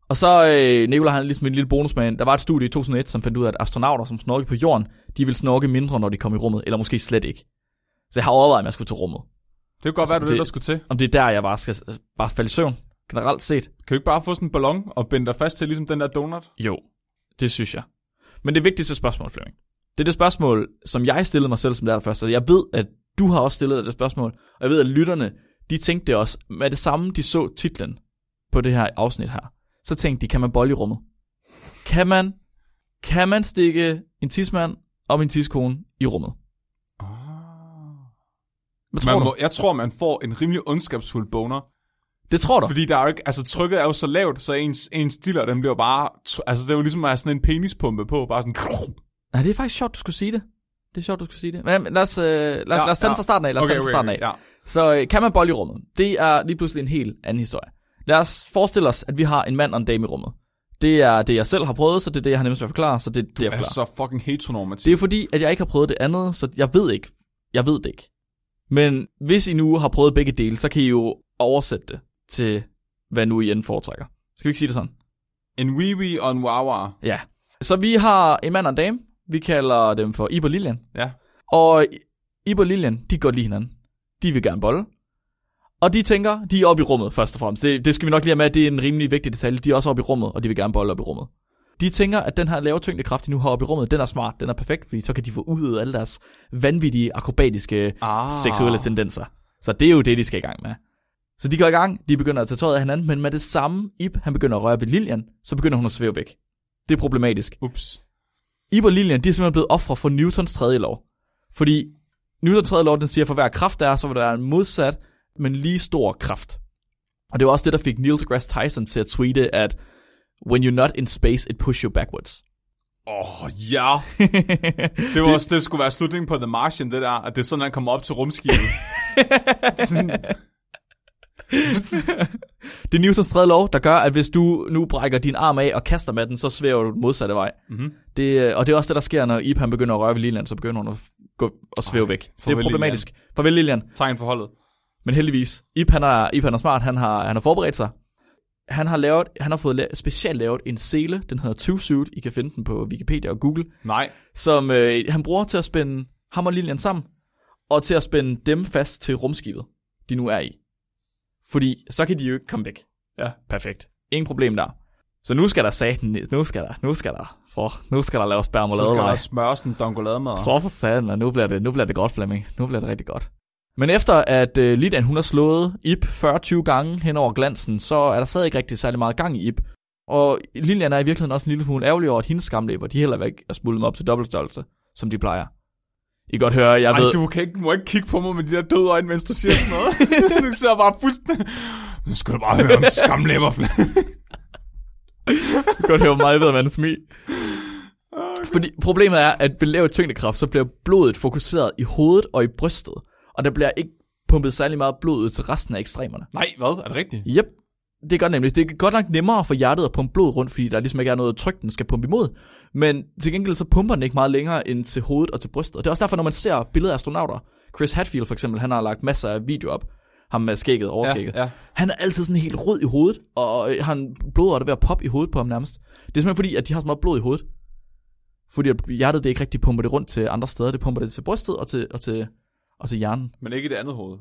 Og så, øh, Nicolaj han er ligesom en lille bonus med, der var et studie i 2001, som fandt ud af, at astronauter, som snorkede på jorden, de ville snorke mindre, når de kom i rummet, eller måske slet ikke. Så jeg har overvejet, om jeg skulle til rummet. Det kunne godt være, det Altså, var det, det- der skulle til. Om det er der, jeg bare skal bare falde i søvn, generelt set. Kan du ikke bare få sådan en ballon og binde dig fast til ligesom den der donut? Jo, det synes jeg. Men det vigtigste spørgsmål, Flemming, det er det spørgsmål, som jeg stillede mig selv som lærer først. Og jeg ved, at du har også stillet dig det spørgsmål, og jeg ved, at lytterne, de tænkte det også. Med det samme, de så titlen på det her afsnit her, så tænkte de, kan man bolle i rummet? Kan man, kan man stikke en tidsmand og en tidskone i rummet? Hvad Ah. tror Man du? må, jeg tror, man får en rimelig ondskabsfuld boner. Det tror du? Fordi der er jo ikke, altså trykket er jo så lavt, så ens, ens diller, den bliver bare, altså det er jo ligesom at have sådan en penispumpe på, bare sådan, Nej, det er faktisk sjovt, du skulle sige det. Det er sjovt, du skulle sige det. Men, men lad os, øh, lad, os- lad os tage den fra starten af. Lad os tage den fra starten af. Ja. Så øh, kan man bolle i rummet? Det er lige pludselig en helt anden historie. Lad os forestille os, at vi har en mand og en dame i rummet. Det er det, jeg selv har prøvet, så det er det, jeg har nemmest ved at forklare, så det er det, jeg Det er forklarer. Altså, så fucking heteronormativt. Det er fordi, at jeg ikke har prøvet det andet, så jeg ved ikke. Jeg ved det ikke. Men hvis I nu har prøvet begge dele, så kan I jo oversætte det til, hvad nu I end foretrækker. Skal vi ikke sige det sådan? En wee-wee og en wawa. Ja. Så vi har en mand og en dame. Vi kalder dem for Ib og Lilian. Ja. Og Ib og Lilian, de kan godt lide hinanden. De vil gerne bolle. Og de tænker, de er oppe i rummet først og fremmest. Det, det skal vi nok lige have med, at det er en rimelig vigtig detalje. De er også oppe i rummet, og de vil gerne bolle oppe i rummet. De tænker, at den her lave tyngdekraft, de nu har oppe i rummet, den er smart, den er perfekt, fordi så kan de få udøvet alle deres vanvittige, akrobatiske, Ah. ah. seksuelle tendenser. Så det er jo det, de skal i gang med. Så de går i gang, de begynder at tage tøjet af hinanden, men med det samme, Ib, han begynder at røre ved Lilian, så begynder hun at svæve væk. Det er problematisk. Ups. Ib og Lilian, de er simpelthen blevet ofre for Newtons tredje lov. Fordi Newtons tredje lov, den siger, for hver kraft der er, så vil der være en modsat, men lige stor kraft. Og det var også det, der fik Neil deGrasse Tyson til at tweete, at When you're not in space, it push you backwards. Åh, oh, ja. Det var også, det skulle være slutningen på The Martian, det der, at det er sådan, han kommer op til rumskibet. Det er sådan, Det er Newtons tredje lov, der gør, at hvis du nu brækker din arm af og kaster med den, så svæver du den modsatte vej. Mm-hmm. Det, øh, og det er også det, der sker, når Ib han begynder at røre ved Lilian, så begynder hun at f- gå og svæve Ej, væk. Det er farvel, problematisk. Farvel Lilian. tegn for holdet. Men heldigvis, Ip han er, Ip, han er smart, han har, han har forberedt sig. Han har, lavet, han har fået la- specielt lavet en sele, den hedder 20 suit, I kan finde den på Wikipedia og Google, Nej. som øh, han bruger til at spænde ham og Lilian sammen, og til at spænde dem fast til rumskibet, de nu er i. Fordi så kan de jo ikke komme væk. Ja. Perfekt. Ingen problem der. Så nu skal der satan, nu skal der, nu skal der, for, nu skal der laves Så skal der spermoladevej. smøres en dongolademad. Prøv for satan, man. Nu bliver, det, nu bliver det godt, Flemming. Nu bliver det rigtig godt. Men efter at øh, Lidan hun har slået Ip 40-20 gange hen over glansen, så er der stadig ikke rigtig særlig meget gang i Ip. Og Lilian er i virkeligheden også en lille smule ærgerlig over, at hendes skamlæber, de heller ikke er smuldet op til dobbeltstørrelse, som de plejer. I kan godt høre, jeg Ej, ved... du kan ikke, må ikke kigge på mig med de der døde øjne, mens du siger sådan noget. du ser bare fuldstændig... Nu skal du bare høre om skamlæber. kan godt høre, hvor meget jeg ved om anatomi. Fordi problemet er, at ved lav tyngdekraft, så bliver blodet fokuseret i hovedet og i brystet. Og der bliver ikke pumpet særlig meget blod ud til resten af ekstremerne. Nej, hvad? Er det rigtigt? Yep. Det gør det nemlig. Det er godt nok nemmere for hjertet at pumpe blod rundt, fordi der ligesom ikke er noget tryk, den skal pumpe imod. Men til gengæld så pumper den ikke meget længere end til hovedet og til brystet. Og det er også derfor, når man ser billeder af astronauter. Chris Hadfield for eksempel, han har lagt masser af video op. Ham med skægget, overskægget. Ja, ja. Han er altid sådan helt rød i hovedet, og øh, han blodret er ved at poppe i hovedet på ham nærmest. Det er simpelthen fordi, at de har så meget blod i hovedet. Fordi at hjertet det ikke rigtig pumper det rundt til andre steder. Det pumper det til brystet og til, og til, og til hjernen. Men ikke i det andet hoved.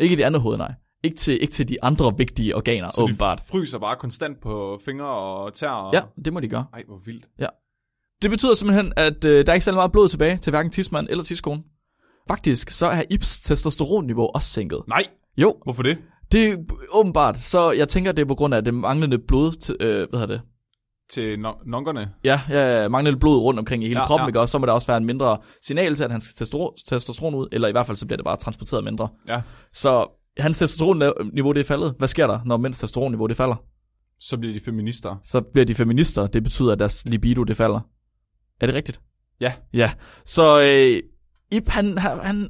Ikke i det andet hoved, nej. Ikke til, ikke til de andre vigtige organer, Så åbenbart. de fryser bare konstant på fingre og tær. Og... Ja, det må de gøre. Ej, hvor vildt. Det betyder simpelthen, at øh, der er ikke særlig meget blod tilbage til hverken tidsmanden eller tidskonen. Faktisk så er Ips testosteronniveau også sænket. Nej. Jo, Hvorfor det? det er åbenbart. Så jeg tænker, det er på grund af det manglende blod... Til, øh, hvad hedder det? Til no- nonkerne. Ja, ja, manglende blod rundt omkring i hele Ja, ja, kroppen, ja. ja. Ikke? og så må der også være en mindre signal til, at han skal testo- testosteron ud, eller i hvert fald så bliver det bare transporteret mindre. Ja. Så hans testosteronniveau det er faldet. Hvad sker der, når mænds testosteronniveau det falder? Så bliver de feminister. så bliver de feminister. Det betyder, at deres libido det falder. Er det rigtigt? Ja. Ja. Så øh, Ip, han, har- han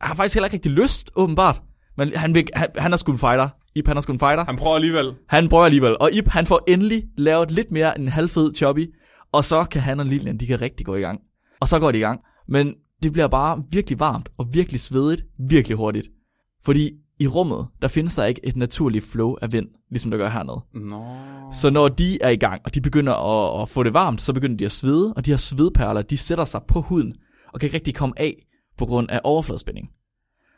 har faktisk heller ikke rigtig lyst, åbenbart. Men han, vil, han, han er sgu en fighter. Ip, han er sgu en fighter. Han prøver alligevel. Han prøver alligevel. Og Ip, han får endelig lavet lidt mere end en halvfed choppy. Og så kan han og Lilian, de kan rigtig gå i gang. Og så går de i gang. Men det bliver bare virkelig varmt og virkelig svedigt, virkelig hurtigt. Fordi i rummet, der findes der ikke et naturligt flow af vind, ligesom der gør hernede. Nå. Så når de er i gang, og de begynder at, at få det varmt, så begynder de at svede, og de her svedperler, de sætter sig på huden, og kan ikke rigtig komme af på grund af overfladespænding.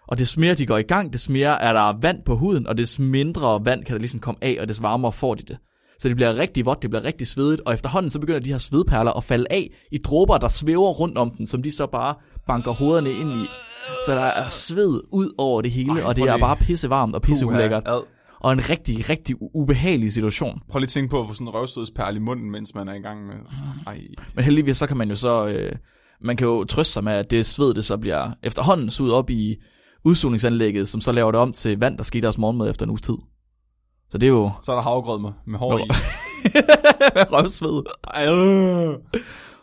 Og des mere de går i gang, des mere er der vand på huden, og des mindre vand kan der ligesom komme af, og des varmere får de det. Så det bliver rigtig vådt, det bliver rigtig svedigt, og efterhånden så begynder de her svedperler at falde af i dråber, der svæver rundt om dem, som de så bare banker hovederne ind i. Så der er sved ud over det hele, Ej, og det prøv er lige. bare pissevarmt og pisseulækkert. Ad. Og en rigtig, rigtig u- ubehagelig situation. Prøv lige at tænke på at få sådan en røvstødsperle i munden, mens man er i gang med... Ej. Men heldigvis så kan man jo så øh, man kan jo trøste sig med at det sved det så bliver efterhånden suget op i udsugningsanlægget, som så laver det om til vand der skal i deres morgenmad efter en uges tid. Så det er jo Så er der havregrød med, med hår Nå. i. røvsved. Ad.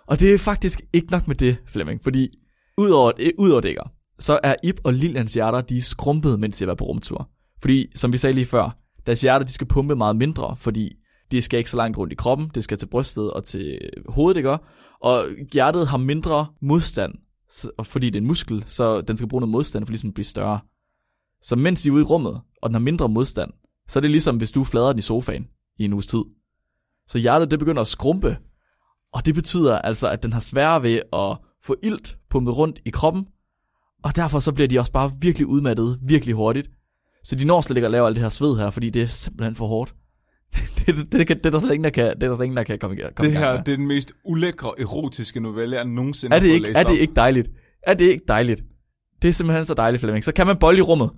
Og det er faktisk ikke nok med det, Flemming, fordi udover, øh, udover det ikke, så er Ip og Lilians hjerter, de er skrumpede, mens de har været på rumtur. Fordi, som vi sagde lige før, deres hjerter, de skal pumpe meget mindre, fordi det skal ikke så langt rundt i kroppen, det skal til brystet og til hovedet, ikke? Og hjertet har mindre modstand, så- og fordi det er en muskel, så den skal bruge noget modstand for ligesom at blive større. Så mens de er ude i rummet, og den har mindre modstand, så er det ligesom, hvis du flader den i sofaen i en uges tid. Så hjertet, det begynder at skrumpe, og det betyder altså, at den har sværere ved at få ilt pumpet rundt i kroppen, og derfor så bliver de også bare virkelig udmattet, virkelig hurtigt. Så de når slet ikke at lave alt det her sved her, fordi det er simpelthen for hårdt. det, det, det, kan- det, er der slet ingen, der kan, det er der slet ingen, der kan komme, i- komme i Det gang her, med. det er den mest ulækre, erotiske novelle, jeg nogensinde er har det, fået ikke, læst er det op. ikke dejligt? Er det ikke dejligt? Det er simpelthen så dejligt, Flemming. Så kan man bolle i rummet.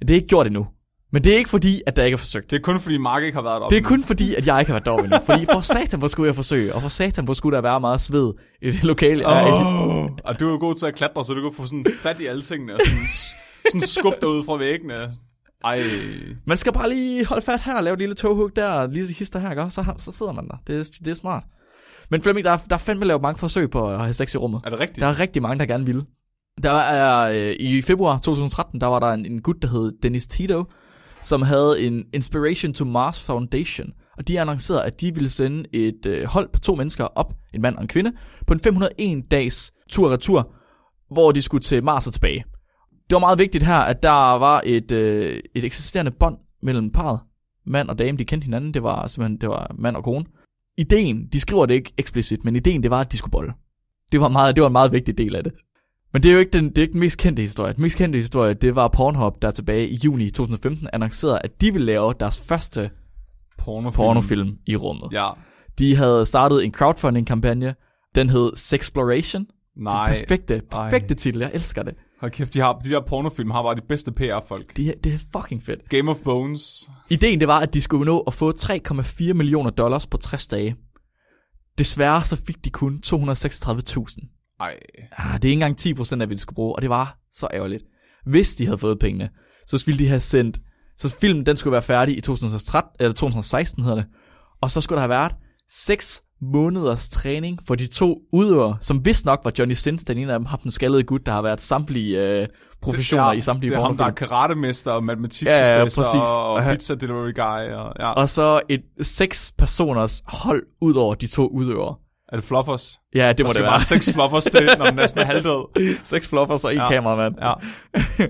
Men det er ikke gjort endnu. Men det er ikke fordi, at der ikke er forsøgt. Det er kun fordi Mark ikke har været deroppe. Det er kun fordi, at jeg ikke har været deroppe endnu. Fordi for satan, hvor skulle jeg forsøge? Og for satan, hvor skulle der være meget sved i det lokale? jeg er i. Oh. Og du er jo god til at klatre, så du kan få sådan fat i alle tingene, og sådan, s- sådan skub dig ud fra væggene. Ej, Man skal bare lige holde fat her, lave et lille toghug der, og lige hister her, ikke? så, har- så sidder man der. Det er, det er smart. Men Flemming, der er, der er fandme lavet mange forsøg på at have sex i rummet. er det rigtigt? Der er rigtig mange, der gerne ville. Der er, øh, I februar 2013, der var der en, en gut, der hed Dennis Tito, som havde en Inspiration to Mars Foundation. Og de annoncerede, at de ville sende et øh, hold på to mennesker op, en mand og en kvinde, på en 501-dags tur-retur, hvor de skulle til Mars og tilbage. Det var meget vigtigt her, at der var et, øh, et eksisterende bånd mellem parret. Mand og dame, de kendte hinanden. Det var simpelthen det var mand og kone. Ideen, de skriver det ikke eksplicit, men ideen det var, at de skulle bolle. Det var, meget, det var en meget vigtig del af det. Men det er jo ikke den, det er ikke den mest kendte historie. Den mest kendte historie, det var Pornhub, der tilbage i juni 2015 annoncerede, at de ville lave deres første Pornofilm. pornofilm i rummet. Ja. Mm. Ja, De havde startet en crowdfunding-kampagne. Den hed Sexploration. nej. Perfekte, Ej. perfekte titel. Jeg elsker det. Hold kæft, de, har, de der pornofilm har bare de bedste PR-folk. Det er, det er fucking fedt. Game of Bones. Ideen det var, at de skulle nå at få 3,4 millioner dollars på 60 dage. Desværre så fik de kun 236.000. Ej, Ah, det er ikke engang 10 procent af, hvad de skulle bruge, og det var så ærgerligt. Hvis de havde fået pengene, så ville de have sendt... Så filmen, den skulle være færdig i 2013, eller 2016 hedder det. Og så skulle der have været 6 måneders træning for de to udøvere, som vist nok var Johnny Sins, den ene af dem, har den skallede gut, der har været samtlige øh, professioner det er, i samtlige Det er ham, der er pornofilm. karatemester og matematikprofessor Ja, ja, ja, ja, præcis. og Og han- pizza delivery guy. Og, ja. Og så et seks personers hold ud over de to udøvere. er det fluffers? Ja, det Der må det skal være. bare seks fluffers til, når den er sådan halvdød. seks floppers og en ja. kameramand. Ja.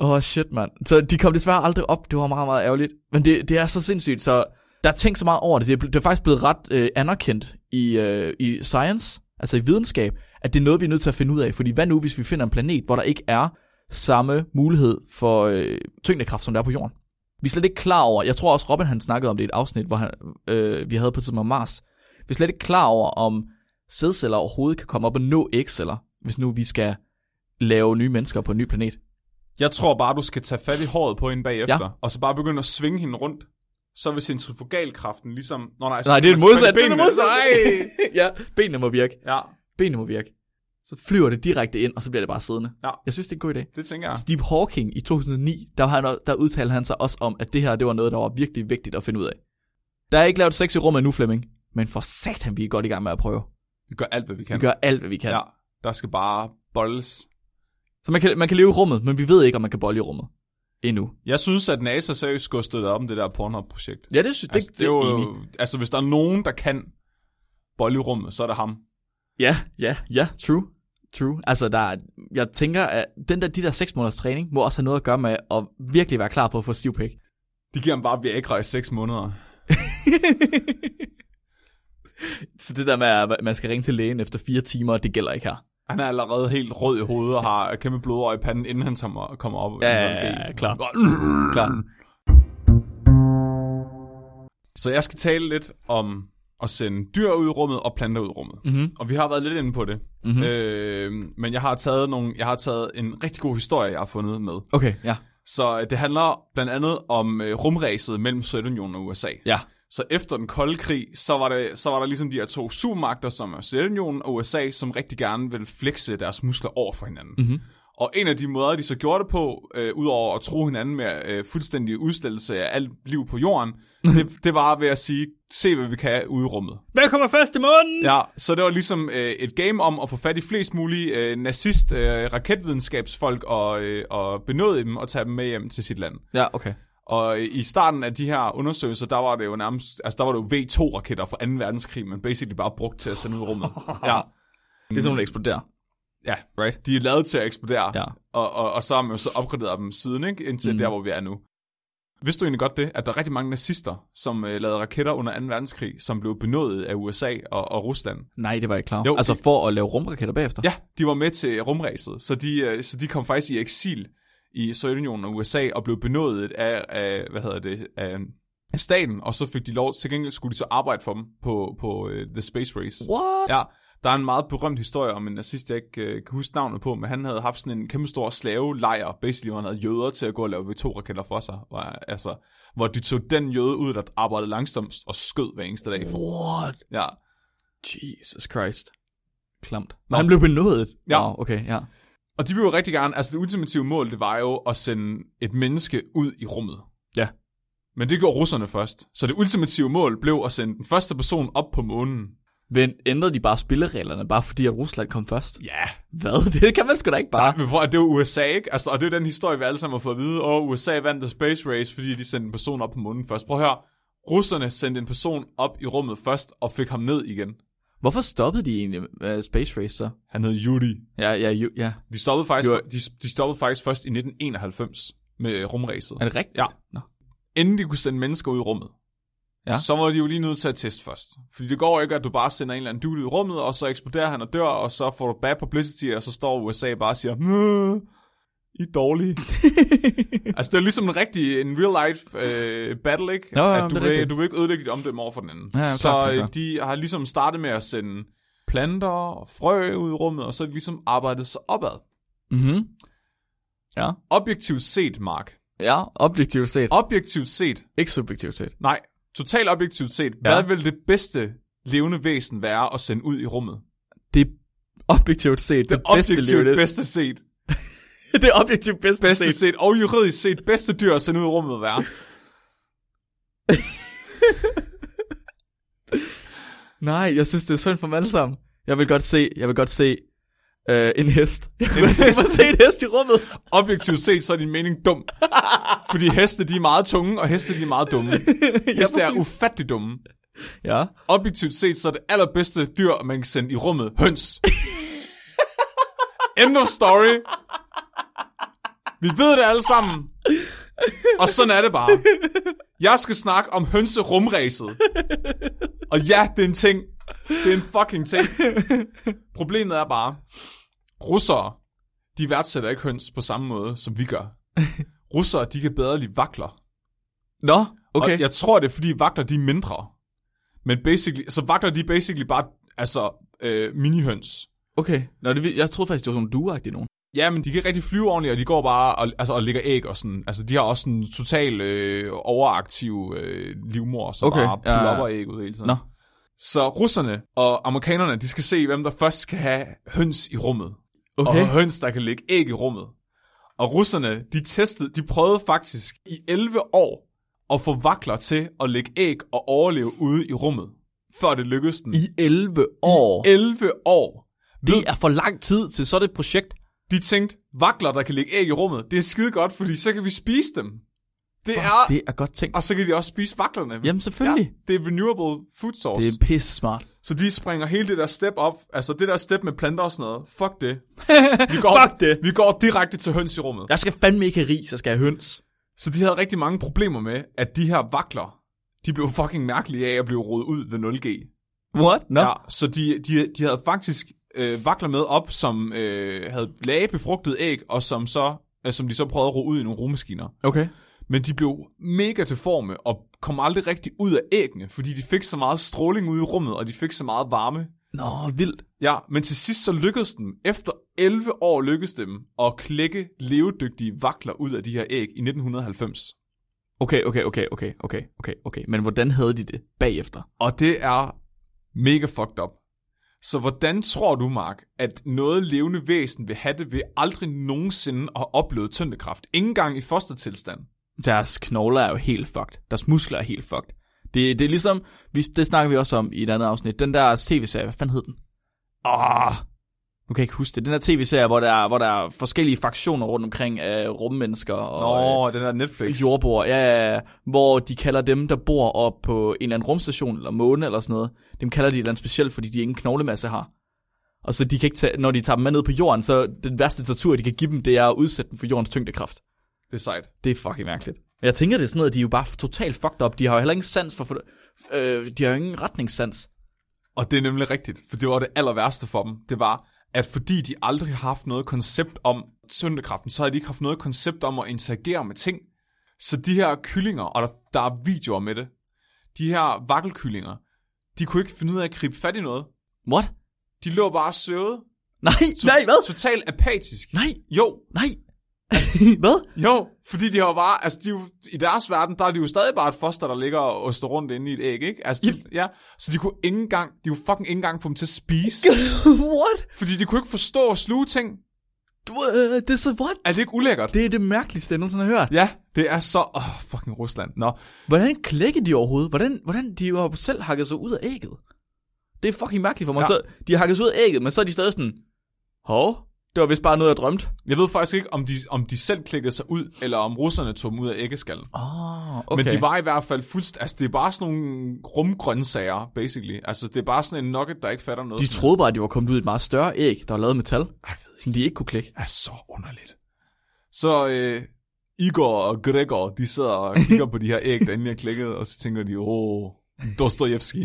Åh, oh, shit, mand. Så de kom desværre aldrig op. Det var meget, meget ærgerligt. Men det, det er så sindssygt, så der er tænkt så meget over det. Det er, ble- det er faktisk blevet ret øh, anerkendt i, øh, i science, altså i videnskab, at det er noget, vi er nødt til at finde ud af. Fordi hvad nu, hvis vi finder en planet, hvor der ikke er samme mulighed for øh, tyngdekraft, som der er på jorden? Vi er slet ikke klar over, jeg tror også Robin han snakkede om det i et afsnit, hvor han, øh, vi havde på et tidspunkt om Mars. Vi er slet ikke klar over, om sædceller overhovedet kan komme op og nå ægceller, hvis nu vi skal lave nye mennesker på en ny planet. Jeg tror bare, du skal tage fat i håret på hende bagefter, Ja. ja. og så bare begynde at svinge hende rundt. Så vil centrifugalkraften ligesom... Nå, nej, så Nej, skal det er man det tage modsatte. fat i Det er det benene. modsatte. Nej. ja, benene må virke. Ja, Benene må virke. Så flyver det direkte ind, og så bliver det bare siddende. Ja. Jeg synes, det er en god idé. det tænker jeg. Steve Hawking i 2009, der, var han, der udtalte han sig også om, at det her det var noget, der var virkelig vigtigt at finde ud af. Der er ikke lavet sex i rummet endnu, Flemming. Men for satan, vi er godt i gang med at prøve. Vi gør alt, hvad vi kan. Vi gør alt, hvad vi kan. ja. Der skal bare bolles. Så man kan, man kan leve i rummet, men vi ved ikke, om man kan bolle i rummet. Endnu. Jeg synes, at NASA seriøst skulle have støttet op om det der Pornhub-projekt. Ja, det synes altså, det, er jo, altså, hvis der er nogen, der kan bolle i rummet, så er det ham. Ja, ja, ja, true. True. Altså, der, er- jeg tænker, at den der, de der 6 måneders træning må også have noget at gøre med at virkelig være klar på at få stiv pik. De giver ham bare Viagra i 6 måneder. Så det der med, at man skal ringe til lægen efter fire timer, det gælder ikke her. Han er allerede helt rød i hovedet og har kæmpe blodår i panden, inden han tager- kommer op. Ja, ja, ja, ja, klar. Klar. Så jeg skal tale lidt om at sende dyr ud i rummet og planter ud i rummet. Mhm. Og vi har været lidt inde på det. Mhm. Øh, men jeg har, taget nogle, jeg har taget en rigtig god historie, jeg har fundet med. Okay, ja. Så øh, det handler blandt andet om øh, rumræset mellem Sovjetunionen og USA. Ja. Så efter den kolde krig, så var, det, så var der ligesom de her to supermagter, som er Sovjetunionen og USA, som rigtig gerne ville flexe deres muskler over for hinanden. Mm-hmm. Og en af de måder, de så gjorde det på, øh, udover at tro hinanden med øh, fuldstændig udstillelse af alt liv på jorden, det, det var ved at sige, se hvad vi kan ude i rummet. Mm. Hvad kommer først i måneden? Ja, så det var ligesom øh, et game om at få fat i flest mulige øh, nazist, øh, raketvidenskabsfolk og, øh, og benåde dem og tage dem med hjem til sit land. Ja, okay. Og øh, i starten af de her undersøgelser, der var det jo nærmest, altså der var det jo V2-raketter fra 2. verdenskrig, men basically bare brugt til at sende ud i rummet. Ja, Det er sådan, der eksploderer. ja. Right. De er lavet til at eksplodere, Ja. og, og, og så har man jo så opgraderet dem siden, ikke? indtil Mm. mm. der, hvor vi er nu. Vidste du egentlig godt det, at der er rigtig mange nazister, som øh, lavede raketter under 2. verdenskrig, som blev benådet af USA og, og Rusland? Nej, det var jeg ikke klar Jo, over. Altså for at lave rumraketter bagefter? Ja, de var med til rumræset, så de, øh, så de kom faktisk i eksil i Sovjetunionen og USA og blev benådet af, af hvad hedder det, af af staten, og så fik de lov, til gengæld skulle de så arbejde for dem på, på uh, The Space Race. What? Ja, der er en meget berømt historie om en nazist, jeg ikke uh, kan huske navnet på, men han havde haft sådan en kæmpe stor slavelejr, basically, hvor han havde jøder til at gå og lave V2-raketter for sig, hvor, altså, hvor de tog den jøde ud, der arbejdede langsomt og skød hver eneste dag. What? Ja. Jesus Christ. Klamt. Men han blev benådet? Ja. Wow, okay, ja. Og de ville jo rigtig gerne, altså det ultimative mål, det var jo at sende et menneske ud i rummet. Ja. Men det gjorde russerne først. Så det ultimative mål blev at sende den første person op på månen. Men ændrede de bare spillereglerne, bare fordi at Rusland kom først? Ja. Hvad? Det kan man sgu da ikke bare. Men prøv, at det var USA, ikke? Altså, og det er jo den historie, vi alle sammen har fået at vide. Åh, USA vandt The Space Race, fordi de sendte en person op på månen først. Prøv at høre. Russerne sendte en person op i rummet først og fik ham ned igen. Hvorfor stoppede de egentlig uh, Space Race så? Han hed Yuri. Ja, ja, jo, ja. De stoppede faktisk, Det var- de, de stoppede faktisk først i 1991 med rumræset. Er det rigtigt? Ja. Nå. inden de kunne sende mennesker ud i rummet, Ja. ja. så var de jo lige nødt til at teste først. Fordi det går ikke, at du bare sender en eller anden dude ud i rummet, og så eksploderer han og dør, og så får du bad publicity, og så står USA bare og siger, "Nå, I er dårlige. altså, det er ligesom en rigtig, en real life øh, battle, ikke? Nå, ja, men at det du, er vil, rigtigt. du vil ikke ødelægge dit omdømme over for den anden. Ja, ja, klart, så klart, øh, klart. de har ligesom startet med at sende planter og frø ud i rummet, og så har de ligesom arbejdet sig opad. Mhm. Ja. Objektivt set, Mark. Ja, objektivt set. Objektivt set, Ikke subjektivt set. Nej, totalt objektivt set. Ja. Ja. Hvad vil det bedste levende væsen være at sende ud i rummet? Det er objektivt set. Det, bedste objektivt liv, det- bedste set. det er objektivt bedste, Bedste set. set. set og juridisk set bedste dyr at sende ud i rummet være. Nej, jeg synes, det er synd for dem alle sammen. Jeg vil godt se, jeg vil godt se øh, en hest. Jeg vil godt tænke mig at se en hest i rummet. Objektivt set, så er din mening dum. Fordi heste, de er meget tunge, og heste, de er meget dumme. Heste er ufattelig dumme. Ja. Objektivt set, så er det allerbedste dyr, man kan sende i rummet. Høns. End of story. Vi ved det alle sammen. Og sådan er det bare. Jeg skal snakke om hønserumræset. Og ja, det er en ting. Det er en fucking ting. Problemet er bare, russere, de værdsætter ikke høns på samme måde, som vi gør. Russere, de kan bedre lide vakler. Nå, Okay. okay. Og jeg tror, det er, fordi vagter, de er mindre. Men basically, så vagter, de er basically bare, altså, øh, minihøns. Okay. Nå, det, vil- jeg troede faktisk, det var sådan en duagtig nogen. Ja, men de kan ikke rigtig flyve ordentligt, og de går bare og, altså, og lægger æg og sådan. Altså, de har også sådan total øh, overaktiv øh, livmor, som Okay, okay. bare ja, ja, ja. plopper æg ud hele tiden. Nå. Så russerne og amerikanerne, de skal se, hvem der først skal have høns i rummet. Okay. Og høns, der kan lægge æg i rummet. Og russerne, de testede, de prøvede faktisk i 11 år at få vakler til at lægge æg og overleve ude i rummet, før det lykkedes dem. I 11 år. 11 år. Det er for lang tid til sådan et projekt. De tænkte, vakler, der kan lægge æg i rummet, det er skide godt, fordi så kan vi spise dem. Det er, Det er godt tænkt. og så kan de også spise vaklerne. hvis- Jamen, selvfølgelig. Ja, det er renewable food source. Det er pisse smart. Så de springer hele det der step op, altså det der step med planter og sådan noget. Fuck det. Vi Fuck det. Vi går direkte til høns i rummet. Ja. Jeg skal fandme ikke have ris, jeg skal have høns. Så de havde rigtig mange problemer med, at de her vakler, de blev fucking mærkelige af at blive rodet ud ved 0G. What? Nå. Ja, så de, de, de havde faktisk øh, vakler med op, som øh, havde lagde befrugtet æg, og som, så, øh, som de så prøvede at rode ud i nogle rummaskiner. Okay. Men de blev mega deforme og kom aldrig rigtig ud af æggene, fordi de fik så meget stråling ude i rummet, og de fik så meget varme. Nå, vildt. Ja, men til sidst så lykkedes dem, efter 11 år lykkedes dem, at klække levedygtige vakler ud af de her æg i 1990. Okay, okay, okay, okay, okay, okay, okay. Men hvordan havde de det bagefter? Og det er mega fucked up. Så hvordan tror du, Mark, at noget levende væsen vil have det ved aldrig nogensinde at opleve tyndekraft? Ingen gang i fostertilstand. Deres knogler er jo helt fucked. Deres muskler er helt fucked. Det, det er ligesom, vi, det snakker vi også om i et andet afsnit. Den der tv-serie, hvad fanden hed den? Åh, nu kan jeg ikke huske det. Den der tv-serie, hvor der, er- hvor der er forskellige fraktioner rundt omkring af rummennesker og øh, Nå, den der Netflix. jordboer, ja, ja, ja, hvor de kalder dem, der bor op på en eller anden rumstation eller måne eller sådan noget, dem kalder de et eller andet specielt, fordi de ingen knoglemasse har. Og så de kan ikke tage, når de tager dem med ned på jorden, så den værste tortur, de kan give dem, det er at udsætte dem for jordens tyngdekraft. Det er sejt. Det er fucking mærkeligt. Men jeg tænker, det er sådan noget, at de er jo bare totalt fucked up. De har jo heller ingen sans for... for øh, de har jo ingen retningssans. Og det er nemlig rigtigt, for det var det aller værste for dem. Det var, at fordi de aldrig har haft noget koncept om syndekraften, så har de ikke haft noget koncept om at interagere med ting. Så de her kyllinger, og der, der er videoer med det, de her vakkelkyllinger, de kunne ikke finde ud af at gribe fat i noget. What? De lå bare søvet. Nej, nej, hvad? Totalt apatisk. Nej, Jo, nej. Altså, hvad? jo, fordi de har jo bare, altså de, er jo- i deres verden, der er de jo stadig bare et foster, der ligger og oster rundt inde i et æg, ikke? Altså, de, ja, så de kunne ikke engang, de kunne fucking ikke engang få dem til at spise. what? Fordi de kunne ikke forstå at sluge ting. Du, øh, det er så what? Er det ikke ulækkert? Det... Det er det mærkeligste, jeg nogensinde har hørt. Ja, det er så... Åh, oh, fucking Rusland. Nå, Hvordan klækker de overhovedet? Hvordan, hvordan de har jo selv hakket sig ud af ægget? Det er fucking mærkeligt for mig. Ja. Ja. Så de har hakket sig ud af ægget, men så er de stadig sådan, hov, det var vist bare noget, jeg drømte. jeg ved faktisk ikke, om de, om de selv klikkede sig ud, eller om russerne tog dem ud af æggeskallen. Ah, Okay. Oh, okay. Men de var i hvert fald fuldstændig... Altså, det er bare sådan nogle rumgrøntsager, basically. Altså, det er bare sådan en nugget, der ikke fatter noget. de som troede bare, at de var kommet ud i et meget større æg, der var lavet af metal, som de ikke kunne klikke. er så underligt. Så øh, Igor og Gregor, de sidder og kigger på de her æg, der endelig er klækket, og så tænker de, åh, Dostojevski.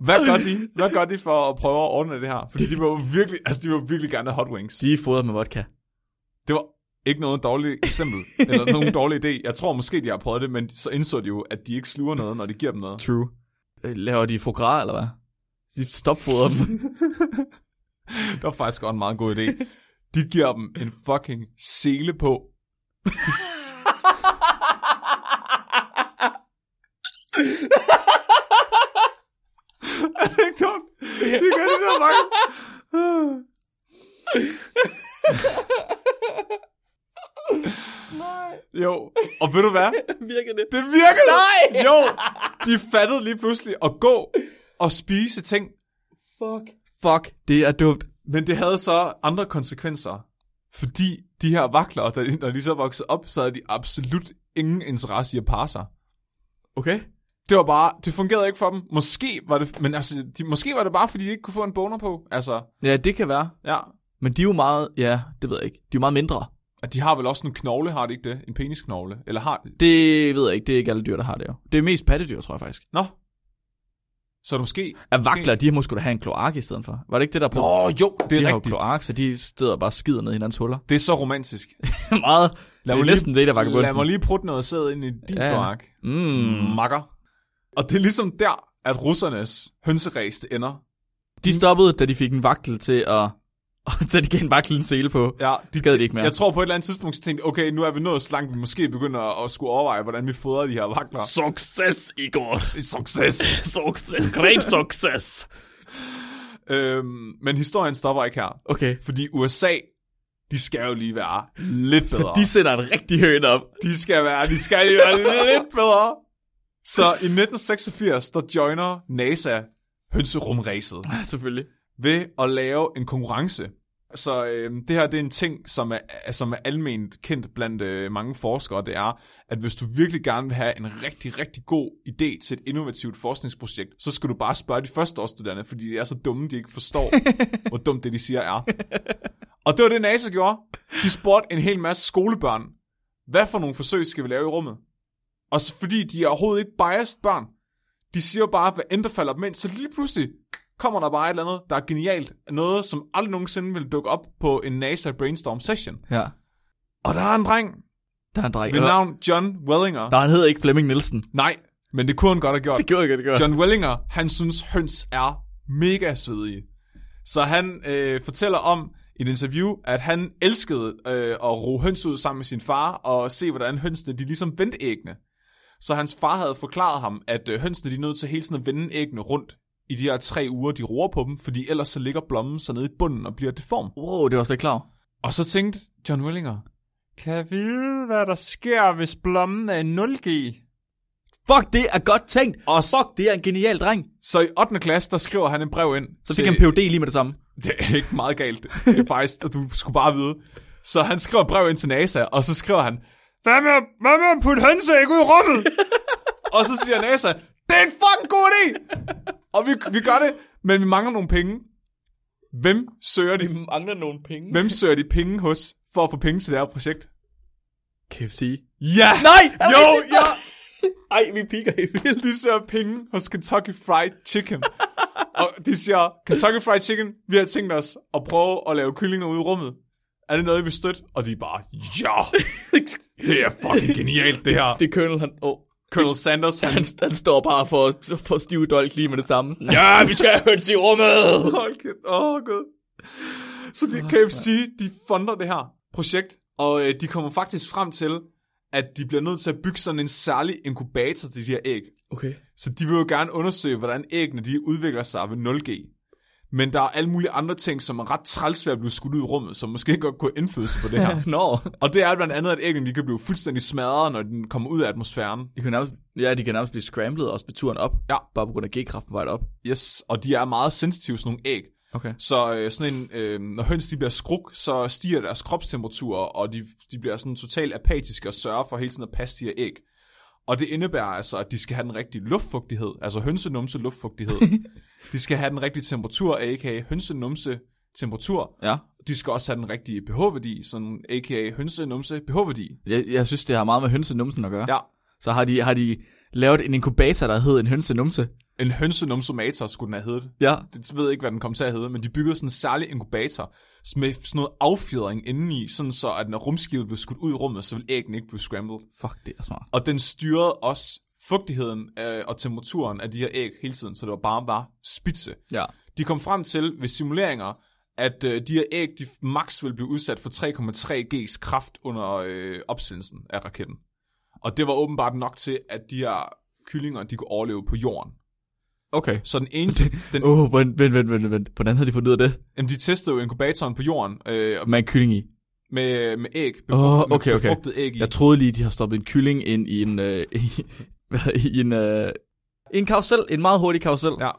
Hvad gør, de? Hvad gør de for at prøve at ordne det her? Fordi de var jo virkelig, altså de var virkelig gerne have hot wings. De er fodret med vodka. Det var ikke noget dårligt eksempel, eller nogen dårlig idé. Jeg tror måske, de har prøvet det, men så indså de jo, at de ikke sluger noget, når de giver dem noget. True. Øh, Laver de foie gras, eller hvad? De stopfodrer dem. Det var faktisk også en meget god idé. De giver dem en fucking sele på, Det er ikke dumt. Det gør det der mange. Nej. Jo, og ved du hvad? Virker det? Det virkede! Nej! Jo, de fattede lige pludselig at gå og spise ting, Fuck. Fuck, det er dumt. men det havde så andre konsekvenser. Fordi de her vakler, der, når de så voksede op, så havde de absolut ingen interesse i at parre sig. Okay. Det var bare, det fungerede ikke for dem. Måske var det, men altså, de, måske var det bare, fordi de ikke kunne få en boner på. Altså, Ja, det kan være. ja. Men de er jo meget, ja, det ved jeg ikke. De er jo meget mindre. Og de har vel også en knogle, har de ikke det? En penisknogle? Eller har de? Det ved jeg ikke, det er ikke alle dyr, der har det jo. Det er mest pattedyr, tror jeg faktisk. Nå. Så er det måske... At vakler, de må sgu da have en kloak i stedet for. Var det ikke det, der på? Nå, jo, det de er har jo rigtigt. kloak, så de steder bare og skider ned i hinandens huller. Det er så romantisk. Meget. Lad mig det er lige- næsten det, der var Lad mig lige prutte noget sæd ind i din Ja, ja. ja. kloak. Mm. Makker. Og det er ligesom der, at russernes hønseræs det ender. De stoppede, da de fik en vakkel til at... da de gav en vakkel en sele på. Ja, de, Gad de ikke mere. Jeg tror på et eller andet tidspunkt, så tænkte jeg, okay, nu er vi nået så langt, vi måske begynder at, at skulle overveje, hvordan vi fodrer de her vakler. Success, Igor. Succes! Success. Great success. øhm, men historien stopper ikke her. Okay. Fordi USA, de skal jo lige være lidt bedre. De sender en rigtig høn op. De skal være, de skal jo være lidt bedre. Så i 1986, der joiner NASA hønserumræset Ja, selvfølgelig. ved at lave en konkurrence. Så øh, det her det er en ting, som er, som er alment kendt blandt øh, mange forskere. Det er, at hvis du virkelig gerne vil have en rigtig, rigtig god idé til et innovativt forskningsprojekt, så skal du bare spørge de førsteårsstuderende, fordi de er så dumme, de ikke forstår, hvor dumt det, de siger er. Og det var det, NASA gjorde. De spurgte en hel masse skolebørn, hvad for nogle forsøg skal vi lave i rummet? Og så fordi de er overhovedet ikke biased børn, de siger bare, hvad end der falder dem ind, så lige pludselig kommer der bare et eller andet, der er genialt. Noget, som aldrig nogensinde ville dukke op på en NASA brainstorm session. Ja. Og der er en dreng Der er en dreng. ved navn John Wellinger. Nej, han hedder ikke Flemming Nielsen. Nej, men det kunne han godt have gjort. gjorde ikke, det gjorde. John Wellinger, han synes, høns er mega svedige. Så han øh, fortæller om i et interview, at han elskede øh, at ro høns ud sammen med sin far, og se, hvordan hønsene de ligesom vendte æggene. Så hans far havde forklaret ham, at øh, hønsene de er nødt til hele tiden at vende æggene rundt i de her tre uger, de roer på dem, fordi ellers så ligger blommen så nede i bunden og bliver deform. Wow, det var jeg slet ikke klar over. Og så tænkte John Willinger, kan jeg vide, hvad der sker, hvis blommen er en 0G? Fuck, det er godt tænkt. Og s- Fuck, det er en genial dreng. Så i 8. klasse, der skriver han en brev ind. Så fik han PUD lige med det samme. Det er ikke meget galt. Det er faktisk, og du skulle bare vide. Så han skriver et brev ind til NASA, og så skriver han, hvad med, at- hvad med at putte hønseæg ud i rummet? og så siger NASA, det er en fucking god idé! og vi, vi gør det, men vi mangler nogle penge. Hvem søger de, Mangler nogle penge. hvem søger de penge hos, for at få penge til det her projekt? KFC. Ja! Nej! Jo, ja! Ej, vi piker helt vildt. De søger penge hos Kentucky Fried Chicken. og de siger, Kentucky Fried Chicken, vi har tænkt os at prøve at lave kyllinger ude i rummet. Er det noget, I vil støtte? Og de er bare, ja, det er fucking genialt det her. Det er Colonel, han... Åh. Colonel Sanders, han, Han, han står bare for, for stiv dolk lige med det samme. Ja. ja, vi Skal jeg høres i rummet? Hold kæft. Åh, oh, gud. Så de, KFC, de funder det her projekt, og øh, de kommer faktisk frem til, at de bliver nødt til at bygge sådan en særlig inkubator til de her æg. Okay. Så de vil jo gerne undersøge, hvordan æggene de udvikler sig ved 0G. Men der er alle mulige andre ting, som er ret træls ved at blive skudt ud i rummet, som måske godt kunne have indflydelse på det her. Nå. og det er blandt andet, at æggene de kan blive fuldstændig smadret, når den kommer ud af atmosfæren. De kan nærmest, ja, de kan nærmest blive scramblet også ved turen op. Ja. Bare på grund af G-kraften på vej op. Yes, og de er meget sensitive, sådan nogle æg. Okay. Så øh, sådan en, øh, når høns de bliver skruk, så stiger deres kropstemperatur, og de, de bliver sådan totalt apatiske og sørger for hele tiden at passe de her æg. Og det indebærer altså, at de skal have den rigtige luftfugtighed, altså hønsenumse luftfugtighed. de skal have den rigtige temperatur, a.k.a. hønsenumse temperatur. Ja. De skal også have den rigtige pH-værdi, sådan a.k.a. hønsenumse pH-værdi. Jeg, jeg synes, det har meget med hønsenumsen at gøre. Ja, Så har de, har de lavet en inkubator, der hed en hønsenumse. en hønsenumsomator skulle den have heddet. Ja. det ved jeg ikke, hvad den kom til at hedde, men de byggede sådan en særlig inkubator s- med sådan noget affjedring indeni, sådan så at når rumskibet blev skudt ud i rummet, så ville æggene ikke blive scrambled. Fuck, det er smart. Og den styrede også fugtigheden øh, og temperaturen af de her æg hele tiden, så det var bare, bare spidse. Ja. De kom frem til ved simuleringer, at øh, de her æg, de max ville blive udsat for 3,3 G's kraft under øh, opsendelsen af raketten. Og det var åbenbart nok til, at de her kyllinger, de kunne overleve på jorden. Okay. Så den eneste... den, Åh, oh, vent, vent, vent, vent, vent. Hvordan havde de fundet ud af det? Jamen, de testede jo inkubatoren på jorden øh, og Med en kylling i. med, med æg, befrugt, Åh, med okay, okay. befrugtet æg i. Jeg troede lige, de har stoppet en kylling ind i en... Øh, i, hvad, i en, øh, i en karusel. En meget hurtig karusel. Ja.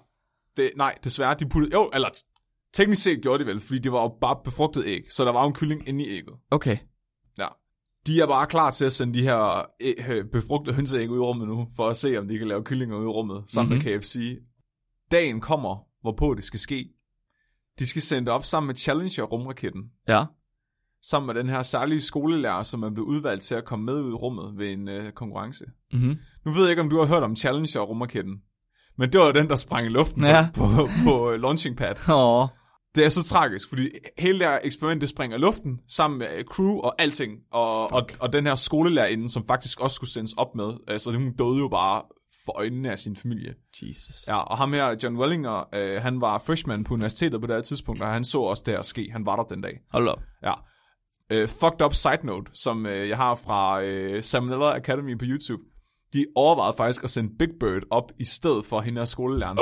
Det, nej, desværre, de puttede... Jo, eller t- teknisk set gjorde de vel, fordi det var jo bare befrugtet æg, så der var jo en kylling inde i ægget. Okay. De er bare klar til at sende de her æg, øh, befrugtede hønseæg ud i rummet nu, for at se, om de kan lave kyllinger ud i rummet, sammen Mhm. mm-hmm. med KFC. Dagen kommer, hvorpå det skal ske. De skal sende det op sammen med Challenger-rumraketten, Ja. sammen med den her særlige skolelærer, som er blevet udvalgt til at komme med ud i rummet ved en øh, konkurrence. Mm-hmm. Nu ved jeg ikke, om du har hørt om Challenger og rumraketten. Men det var den, der sprang i luften ja. Ja. på, på, på øh, launching pad. Åh. Det er så tragisk, fordi hele det her eksperiment, det springer i luften, sammen med øh, crew og alting, og, og, og den her skolelærerinde, som faktisk også skulle sendes op med, altså hun døde jo bare for øjnene af sin familie. Jesus. Ja, og ham her, John Wellinger, øh, han var freshman på universitetet på det her tidspunkt, og han så også det her ske. Han var der den dag. Hold op. Ja. Uh, fucked up side note, som uh, jeg har fra uh, Salmonella Academy på YouTube. De overvejede faktisk at sende Big Bird op i stedet for hende her skolelæreren.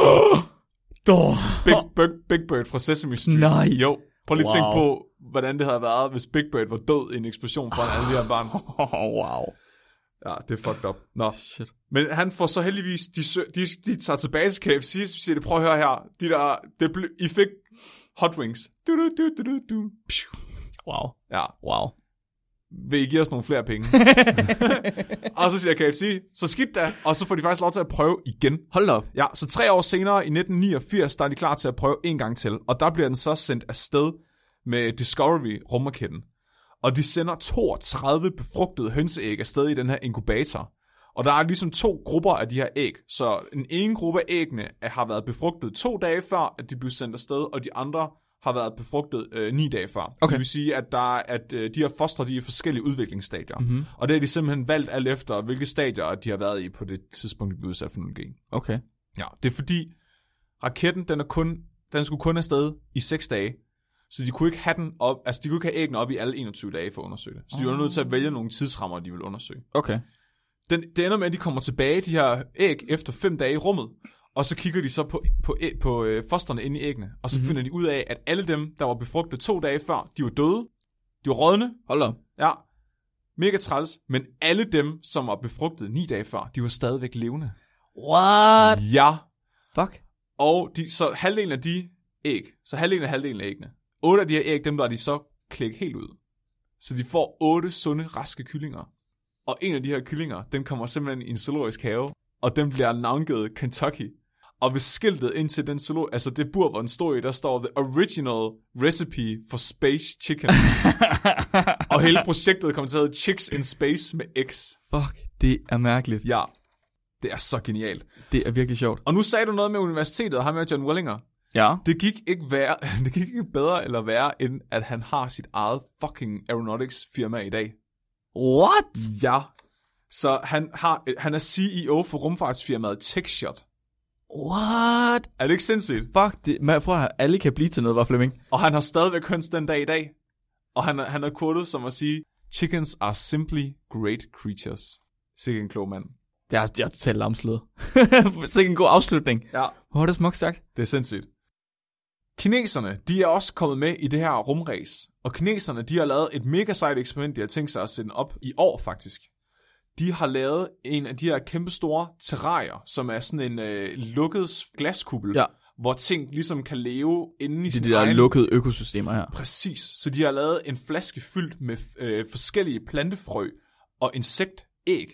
Dår. Big, Big, Big Bird fra Sesame Street. Nej. Jo. Prøv lige at tænke Wow. på, hvordan det havde været, hvis Big Bird var død i en eksplosion foran alle de her barn. Oh, wow. Ja, det er fucked up. Nå. Shit. Men han får så heldigvis, de, sø- de, de tager tilbage til KFC, så siger de, prøv at høre her, de der, det ble, I fik hot wings. Du, du, du, du, du, du. Pshu. Wow. Ja, Wow. vil I give os nogle flere penge? og så siger KFC, så skidt da, og så får de faktisk lov til at prøve igen. Hold op. Ja, så tre år senere i 1989, der er de klar til at prøve en gang til, og der bliver den så sendt afsted med Discovery rumraketten. Og de sender 32 befrugtede hønseæg afsted i den her inkubator. Og der er ligesom to grupper af de her æg. Så en ene gruppe af æggene er- har været befrugtet to dage før, at de blev sendt afsted, og de andre har været befrugtet øh, ni dage før. Okay. Det vil sige, at, der, er- at øh, de her fostre de er i forskellige udviklingsstadier. Mm-hmm. Og det har de simpelthen valgt alt efter, hvilke stadier de har været i på det tidspunkt, de blev udsat for 0G. Okay. Ja, det er fordi, raketten, den, er kun, den skulle kun afsted i 6 dage. Så de kunne ikke have den op, altså de kunne ikke have æggene op i alle 21 dage for at undersøge det. Så de var nødt til at vælge nogle tidsrammer, de ville undersøge. Okay. Den, det ender med, at de kommer tilbage, de her æg, efter 5 dage i rummet. Og så kigger de så på, på, æ- på øh, fosterne inde i æggene, og så mm-hmm. finder de ud af, at alle dem, der var befrugtet to dage før, de var døde, de var rådne, Hold da op. ja, mega træls, men alle dem, som var befrugtet ni dage før, de var stadigvæk levende. What? Ja, Fuck. og de, så halvdelen af de æg, så halvdelen af halvdelen af æggene, otte af de her æg, dem var de så klækket helt ud. Så de får otte sunde, raske kyllinger. Og en af de her kyllinger, den kommer simpelthen i en zoologisk have, og den bliver navngivet Kentucky. Og ved skiltet ind til den solo, altså det bur, hvor den stod i, der står The Original Recipe for Space Chicken. og hele projektet kommer til at hedde Chicks in Space med X. Fuck. Det er mærkeligt. Ja, det er så genialt. Det er virkelig sjovt. Og nu sagde du noget med universitetet, og ham med John Wellinger. Ja. Det gik ikke, værre, det gik ikke bedre eller værre, end at han har sit eget fucking aeronautics firma i dag. What? Ja. Så han, har, han er CEO for rumfartsfirmaet TechShot. What? Er det ikke sindssygt? Fuck. Det, man, prøv at høre. Alle kan blive til noget, var Flemming. Og han har stadigvæk høns den dag i dag. Og han, er- han er quotet som at sige, Chickens are simply great creatures. Sikke en klog mand. Det er, jeg er totalt lamslået. Sikke en god afslutning. Ja, Hvor er det smukt sagt. det er sindssygt. Kineserne, de er også kommet med i det her rumræs. Og kineserne, de har lavet et mega sejt eksperiment, de har tænkt sig at sende op i år faktisk. De har lavet en af de her kæmpe store terrarier, som er sådan en øh, lukket glaskuppel, Ja. hvor ting ligesom kan leve inde i Det er sin de der egen... lukkede økosystemer her. Præcis. Så de har lavet en flaske fyldt med øh, forskellige plantefrø og insektæg.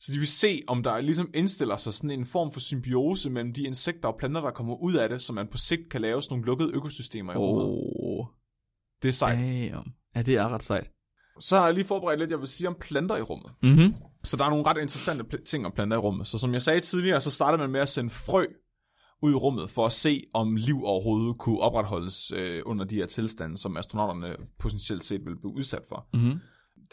Så de vil se, om der ligesom indstiller sig sådan en form for symbiose mellem de insekter og planter, der kommer ud af det, så man på sigt kan lave sådan nogle lukkede økosystemer i rummet. Oh, Det er sejt. damn. Ja, det er ret sejt. Så har jeg lige forberedt lidt, jeg vil sige om planter i rummet. Mhm. Så der er nogle ret interessante pl- ting om planter i rummet. Så som jeg sagde tidligere, så startede man med at sende frø ud i rummet for at se, om liv overhovedet kunne opretholdes øh, under de her tilstande, som astronauterne potentielt set ville blive udsat for. Mhm.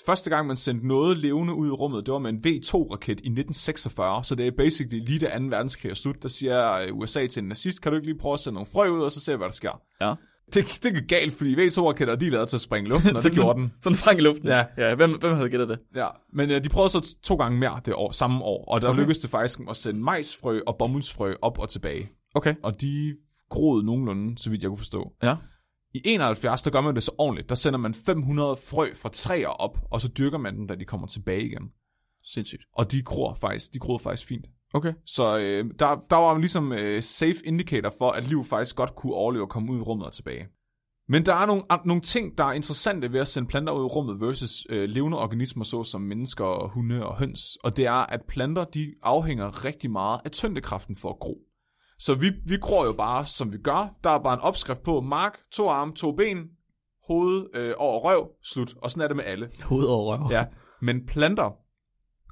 Første gang, man sendte noget levende ud i rummet, det var med en V2-raket i 1946, så det er basically lige da 2. verdenskrig er slut. Der siger øh, USA til en nazist, kan du ikke lige prøve at sende nogle frø ud, og så se, hvad der sker. Ja. Det, det gik galt, fordi V2-raketter, de er lavet til at springe i luften, og det gjorde den. Sådan sprang i luften. Ja, ja. Hvem, hvem havde gættet det? Ja, men øh, de prøvede så t- to gange mere det år, samme år, og der okay. lykkedes det faktisk at sende majsfrø og bomuldsfrø op og tilbage. Okay. Og de groede nogenlunde, så vidt jeg kunne forstå. Ja. I 71, der gør man det så ordentligt. Der sender man 500 frø fra træer op, og så dyrker man dem, da de kommer tilbage igen. Sindssygt. Og de gror faktisk, de groede faktisk fint. Okay. Så øh, der, der var ligesom øh, safe indicator for, at liv faktisk godt kunne overleve og komme ud i rummet og tilbage. Men der er nogle, an- nogle ting, der er interessante ved at sende planter ud i rummet versus øh, levende organismer, såsom mennesker, og hunde og høns. Og det er, at planter de afhænger rigtig meget af tyngdekraften for at gro. Så vi, vi gror jo bare, som vi gør. Der er bare en opskrift på mark, to arme, to ben, hoved øh, over røv, slut. Og sådan er det med alle. Hoved over røv. Ja, men planter,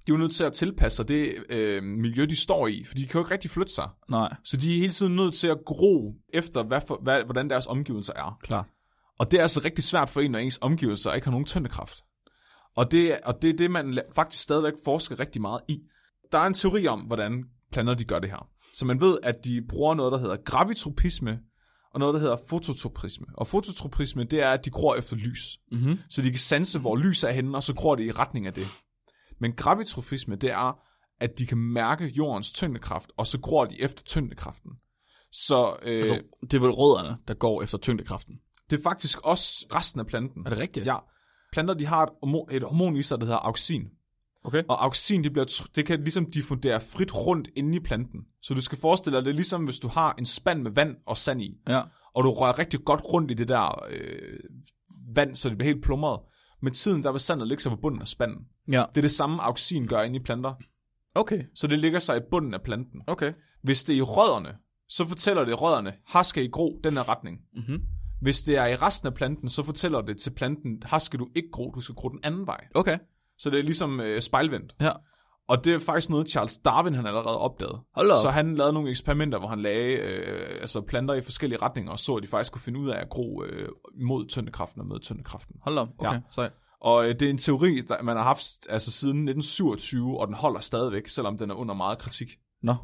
de er jo nødt til at tilpasse sig det øh, miljø, de står i, for de kan jo ikke rigtig flytte sig. Nej, Så de er hele tiden nødt til at gro efter, hvad for, hvad, hvordan deres omgivelser er. klar. Og det er altså rigtig svært for en, når ens omgivelser ikke har nogen tyndekraft. Og det, og det er det, man la- faktisk stadigvæk forsker rigtig meget i. Der er en teori om, hvordan planter de gør det her. Så man ved, at de bruger noget, der hedder gravitropisme, og noget, der hedder fototropisme. Og fototropisme, det er, at de gror efter lys. Mhm. Så de kan sanse, hvor lys er henne, og så gror de i retning af det. Men gravitropisme, det er, at de kan mærke jordens tyngdekraft, og så gror de efter tyngdekraften. Så øh, Altså, altså, det er vel rødderne, der går efter tyngdekraften. det er faktisk også resten af planten. Er det rigtigt? Ja. Planter, de har et, hormo- et hormon i sig, der hedder auxin. Okay. Og auxin, det, bliver, tr- det kan ligesom diffundere frit rundt inde i planten. Så du skal forestille dig, det er ligesom, hvis du har en spand med vand og sand i, Ja. og du rører rigtig godt rundt i det der øh, vand, så det bliver helt plumret. Med tiden, der vil sandet ligge sig på bunden af spanden. Ja. Det er det samme, auxin gør inde i planter. Okay. Så det ligger sig i bunden af planten. Okay. Hvis det er i rødderne, så fortæller det rødderne, her skal I gro den her retning. Mhm. Hvis det er i resten af planten, så fortæller det til planten, her skal du ikke gro, du skal gro den anden vej. Okay. Så det er ligesom øh, spejlvendt. Ja. Og det er faktisk noget, Charles Darwin han allerede opdagede. Hold da op. Så han lavede nogle eksperimenter, hvor han lagde øh, altså planter i forskellige retninger, og så at de faktisk kunne finde ud af at gro øh, mod tyndekraften og med tyndekraften. Hold da op. Okay, ja. sejt. Og øh, det er en teori, der man har haft altså, siden 1927, og den holder stadigvæk, selvom den er under meget kritik. Nå,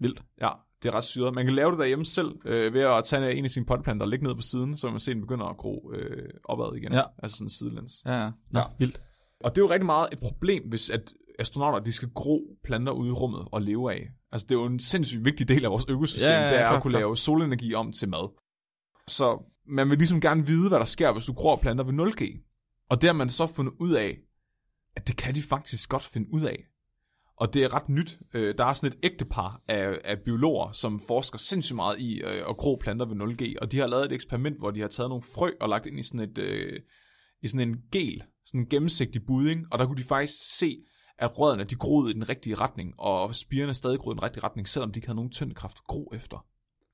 vildt. Ja, det er ret syret. Man kan lave det derhjemme selv, øh, ved at tage en af sine potplanter og lægge ned på siden, så man ser, den begynder at gro øh, opad igen. Ja. Altså sådan sidelæns. Ja, ja. Nå, ja. vildt. Og det er jo rigtig meget et problem, hvis at astronauter de skal gro planter ude i rummet og leve af. Altså, det er jo en sindssygt vigtig del af vores økosystem, Ja, ja, ja, ja, ja, det er klart, at kunne klart. lave solenergi om til mad. Så man vil ligesom gerne vide, hvad der sker, hvis du gror planter ved 0G. Og det har man så fundet ud af, at det kan de faktisk godt finde ud af. Og det er ret nyt. Øh, Der er sådan et ægtepar af, af biologer, som forsker sindssygt meget i øh, at gro planter ved 0G, og de har lavet et eksperiment, hvor de har taget nogle frø og lagt ind i sådan, et, øh, i sådan en gel, sådan en gennemsigtig budding, og der kunne de faktisk se, at rødderne de groede i den rigtige retning, og spirene stadig groede i den rigtige retning, selvom de ikke havde nogen tyngdekraft at gro efter.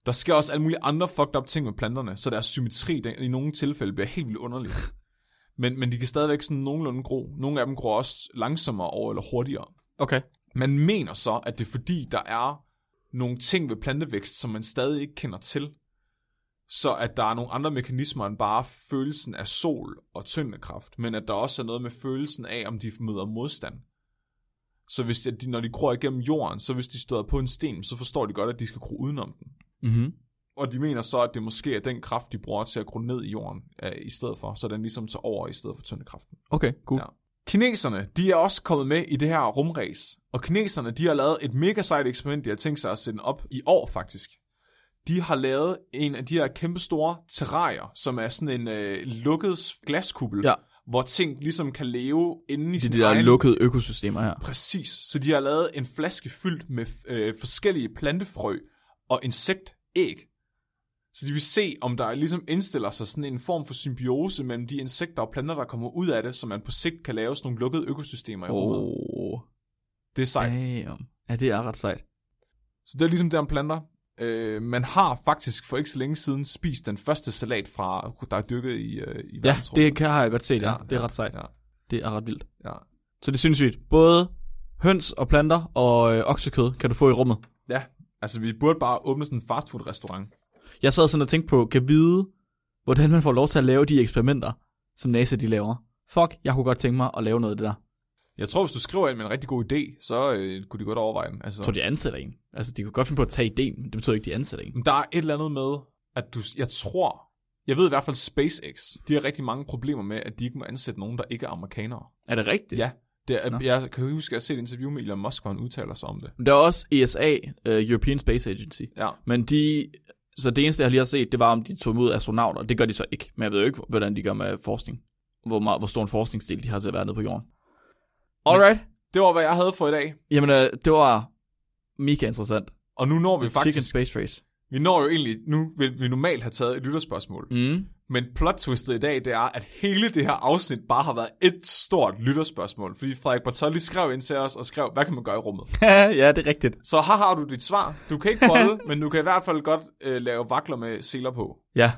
Der sker også alle mulige andre fucked up ting med planterne, så deres symmetri den, i nogle tilfælde bliver helt vildt underlig. Men, men de kan stadigvæk sådan nogenlunde gro. Nogle af dem gror også langsommere over eller hurtigere. Okay. Man mener så, at det er fordi, der er nogle ting ved plantevækst, som man stadig ikke kender til. Så at der er nogle andre mekanismer end bare følelsen af sol og tyngdekraft, men at der også er noget med følelsen af, om de møder modstand. Så hvis de, når de gror igennem jorden, så hvis de støder på en sten, så forstår de godt, at de skal gro udenom den. Mm-hmm. Og de mener så, at det måske er den kraft, de bruger til at gro ned i jorden øh, i stedet for, så den ligesom tager over i stedet for tyngdekraften. Okay, cool. Ja. Kineserne, de er også kommet med i det her rumræs, og kineserne, de har lavet et mega sejt eksperiment, de har tænkt sig at sende op i år faktisk. De har lavet en af de her kæmpe store terrarier, som er sådan en øh, lukket glaskuppel, Ja. hvor ting ligesom kan leve inde i De, sin de der egen... lukkede økosystemer her. Præcis, så de har lavet en flaske fyldt med øh, forskellige plantefrø og insektæg. Så de vil se, om der ligesom indstiller sig sådan en form for symbiose mellem de insekter og planter, der kommer ud af det, så man på sigt kan lave sådan nogle lukkede økosystemer i rummet. Oh, Det er sejt. damn. Ja, det er ret sejt. Så det er ligesom det om planter. Øh, man har faktisk for ikke så længe siden spist den første salat, fra, der er dyrket i, øh, i Ja, verdensrummet. det kan, har jeg godt set, ja. ja det er ja, ret sejt. Ja. Ja, Det er ret vildt. ja. Så det er sindssygt. Både høns og planter og øh, oksekød kan du få i rummet. ja, altså vi burde bare åbne sådan en fastfood-restaurant. Jeg sad sådan og tænkte på, kan vide, hvordan man får lov til at lave de eksperimenter, som NASA de laver. Fuck, jeg kunne godt tænke mig at lave noget af det der. Jeg tror, hvis du skriver ind med en rigtig god idé, så øh, kunne de godt overveje den. Altså, Jeg tror, de ansætter en. Altså, de kunne godt finde på at tage ideen, men det betyder ikke, de ansætter en. Men Der er et eller andet med, at du, jeg tror, jeg ved i hvert fald SpaceX, de har rigtig mange problemer med, at de ikke må ansætte nogen, der ikke er amerikanere. Er det rigtigt? Ja, det er, Nå. jeg kan huske, at jeg har set et interview med Elon Musk, hvor han udtaler sig om det. Der er også ESA, øh, European Space Agency. Ja, Men de... Så det eneste, jeg lige har set, det var, om de tog imod astronauter. Det gør de så ikke. Men jeg ved jo ikke, hvordan de gør med forskning. Hvor, meget, hvor stor en forskningsdel de har til at være nede på jorden. Alright. det var, hvad jeg havde for i dag. Jamen, øh, det var mega interessant. Og nu når vi The Chicken faktisk, Space Race. vi når jo egentlig, nu vil vi normalt have taget et lytterspørgsmål. Mm. Men plot twistet i dag, det er, at hele det her afsnit bare har været et stort lytterspørgsmål. Fordi Frederik Bartolli skrev ind til os og skrev, hvad kan man gøre i rummet? ja, det er rigtigt. Så her har du dit svar. Du kan ikke bolle, men du kan i hvert fald godt øh, lave vakler med seler på. Ja.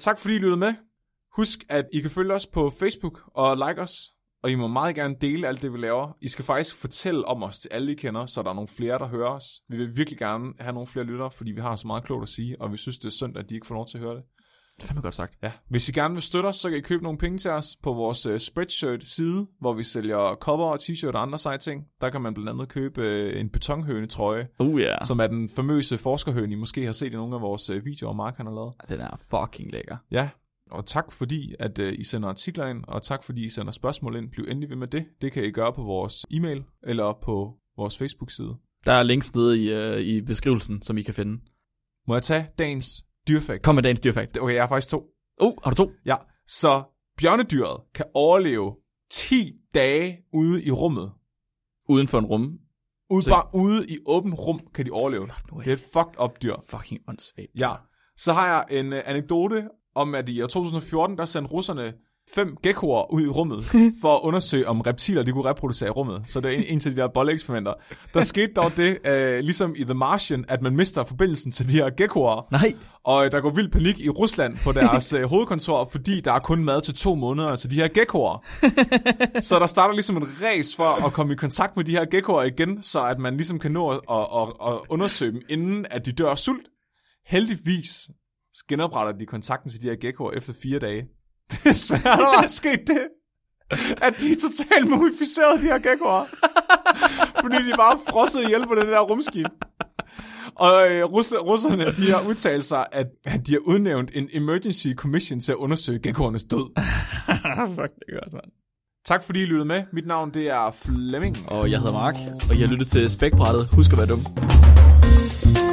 Tak fordi I lyttede med. Husk, at I kan følge os på Facebook og like os. Og I må meget gerne dele alt det, vi laver. I skal faktisk fortælle om os til alle, I kender, så der er nogle flere, der hører os. Vi vil virkelig gerne have nogle flere lyttere, fordi vi har så meget klogt at sige, og vi synes, det er synd, at de ikke får lov til at høre det. Det er fandme godt sagt. Ja. Hvis I gerne vil støtte os, så kan I købe nogle penge til os på vores uh, Spreadshirt-side, hvor vi sælger kopper og t-shirt og andre seje ting. Der kan man blandt andet købe uh, en betonhøne-trøje, Uh, ja. ja. som er den famøse forskerhøne, I måske har set i nogle af vores uh, videoer, Mark han har lavet. Den er fucking lækker. Ja, og tak fordi, at øh, I sender artikler ind, og tak fordi, I sender spørgsmål ind. Bliv endelig ved med det. Det kan I gøre på vores e-mail eller på vores Facebook-side. Der er links nede i, øh, i beskrivelsen, som I kan finde. Må jeg tage dagens dyrfakt? Kom med dagens dyrfakt. Okay, jeg har faktisk to. Uh, har du to? Ja, så bjørnedyret kan overleve 10 dage ude i rummet. Uden for en rum. Ude, Se. bare ude i åbent rum kan de overleve. Slap nu af. Det er et fucked up dyr. Fucking åndssvagt. Ja, så har jeg en øh, anekdote om, at i år 2014, der sendte russerne fem gekkoer ud i rummet for at undersøge, om reptiler de kunne reproducere i rummet. Så det er en, en til de der bolleeksperimenter. Der skete dog det, øh, ligesom i The Martian, at man mister forbindelsen til de her gekkoer. Nej. Og øh, der går vild panik i Rusland på deres øh, hovedkontor, fordi der er kun mad til to måneder til de her gekkoer. så der starter ligesom et race for at komme i kontakt med de her gekkoer igen, så at man ligesom kan nå at, at, at, at undersøge dem, inden at de dør af sult. Heldigvis genopretter de kontakten til de her gekkoer efter fire dage. Desværre er der bare sket det, at de er totalt mumificerede, de her gekkoer. Fordi de bare frosset ihjel på den der rumskib. Og øh, russ- russerne, de har udtalt sig, at, at de har udnævnt en emergency commission til at undersøge gekkoernes død. Fuck, det er godt, mand. Tak fordi I lyttede med. Mit navn det er Flemming. Og jeg hedder Mark, og jeg lytter til Spækbrættet. Husk at være dum.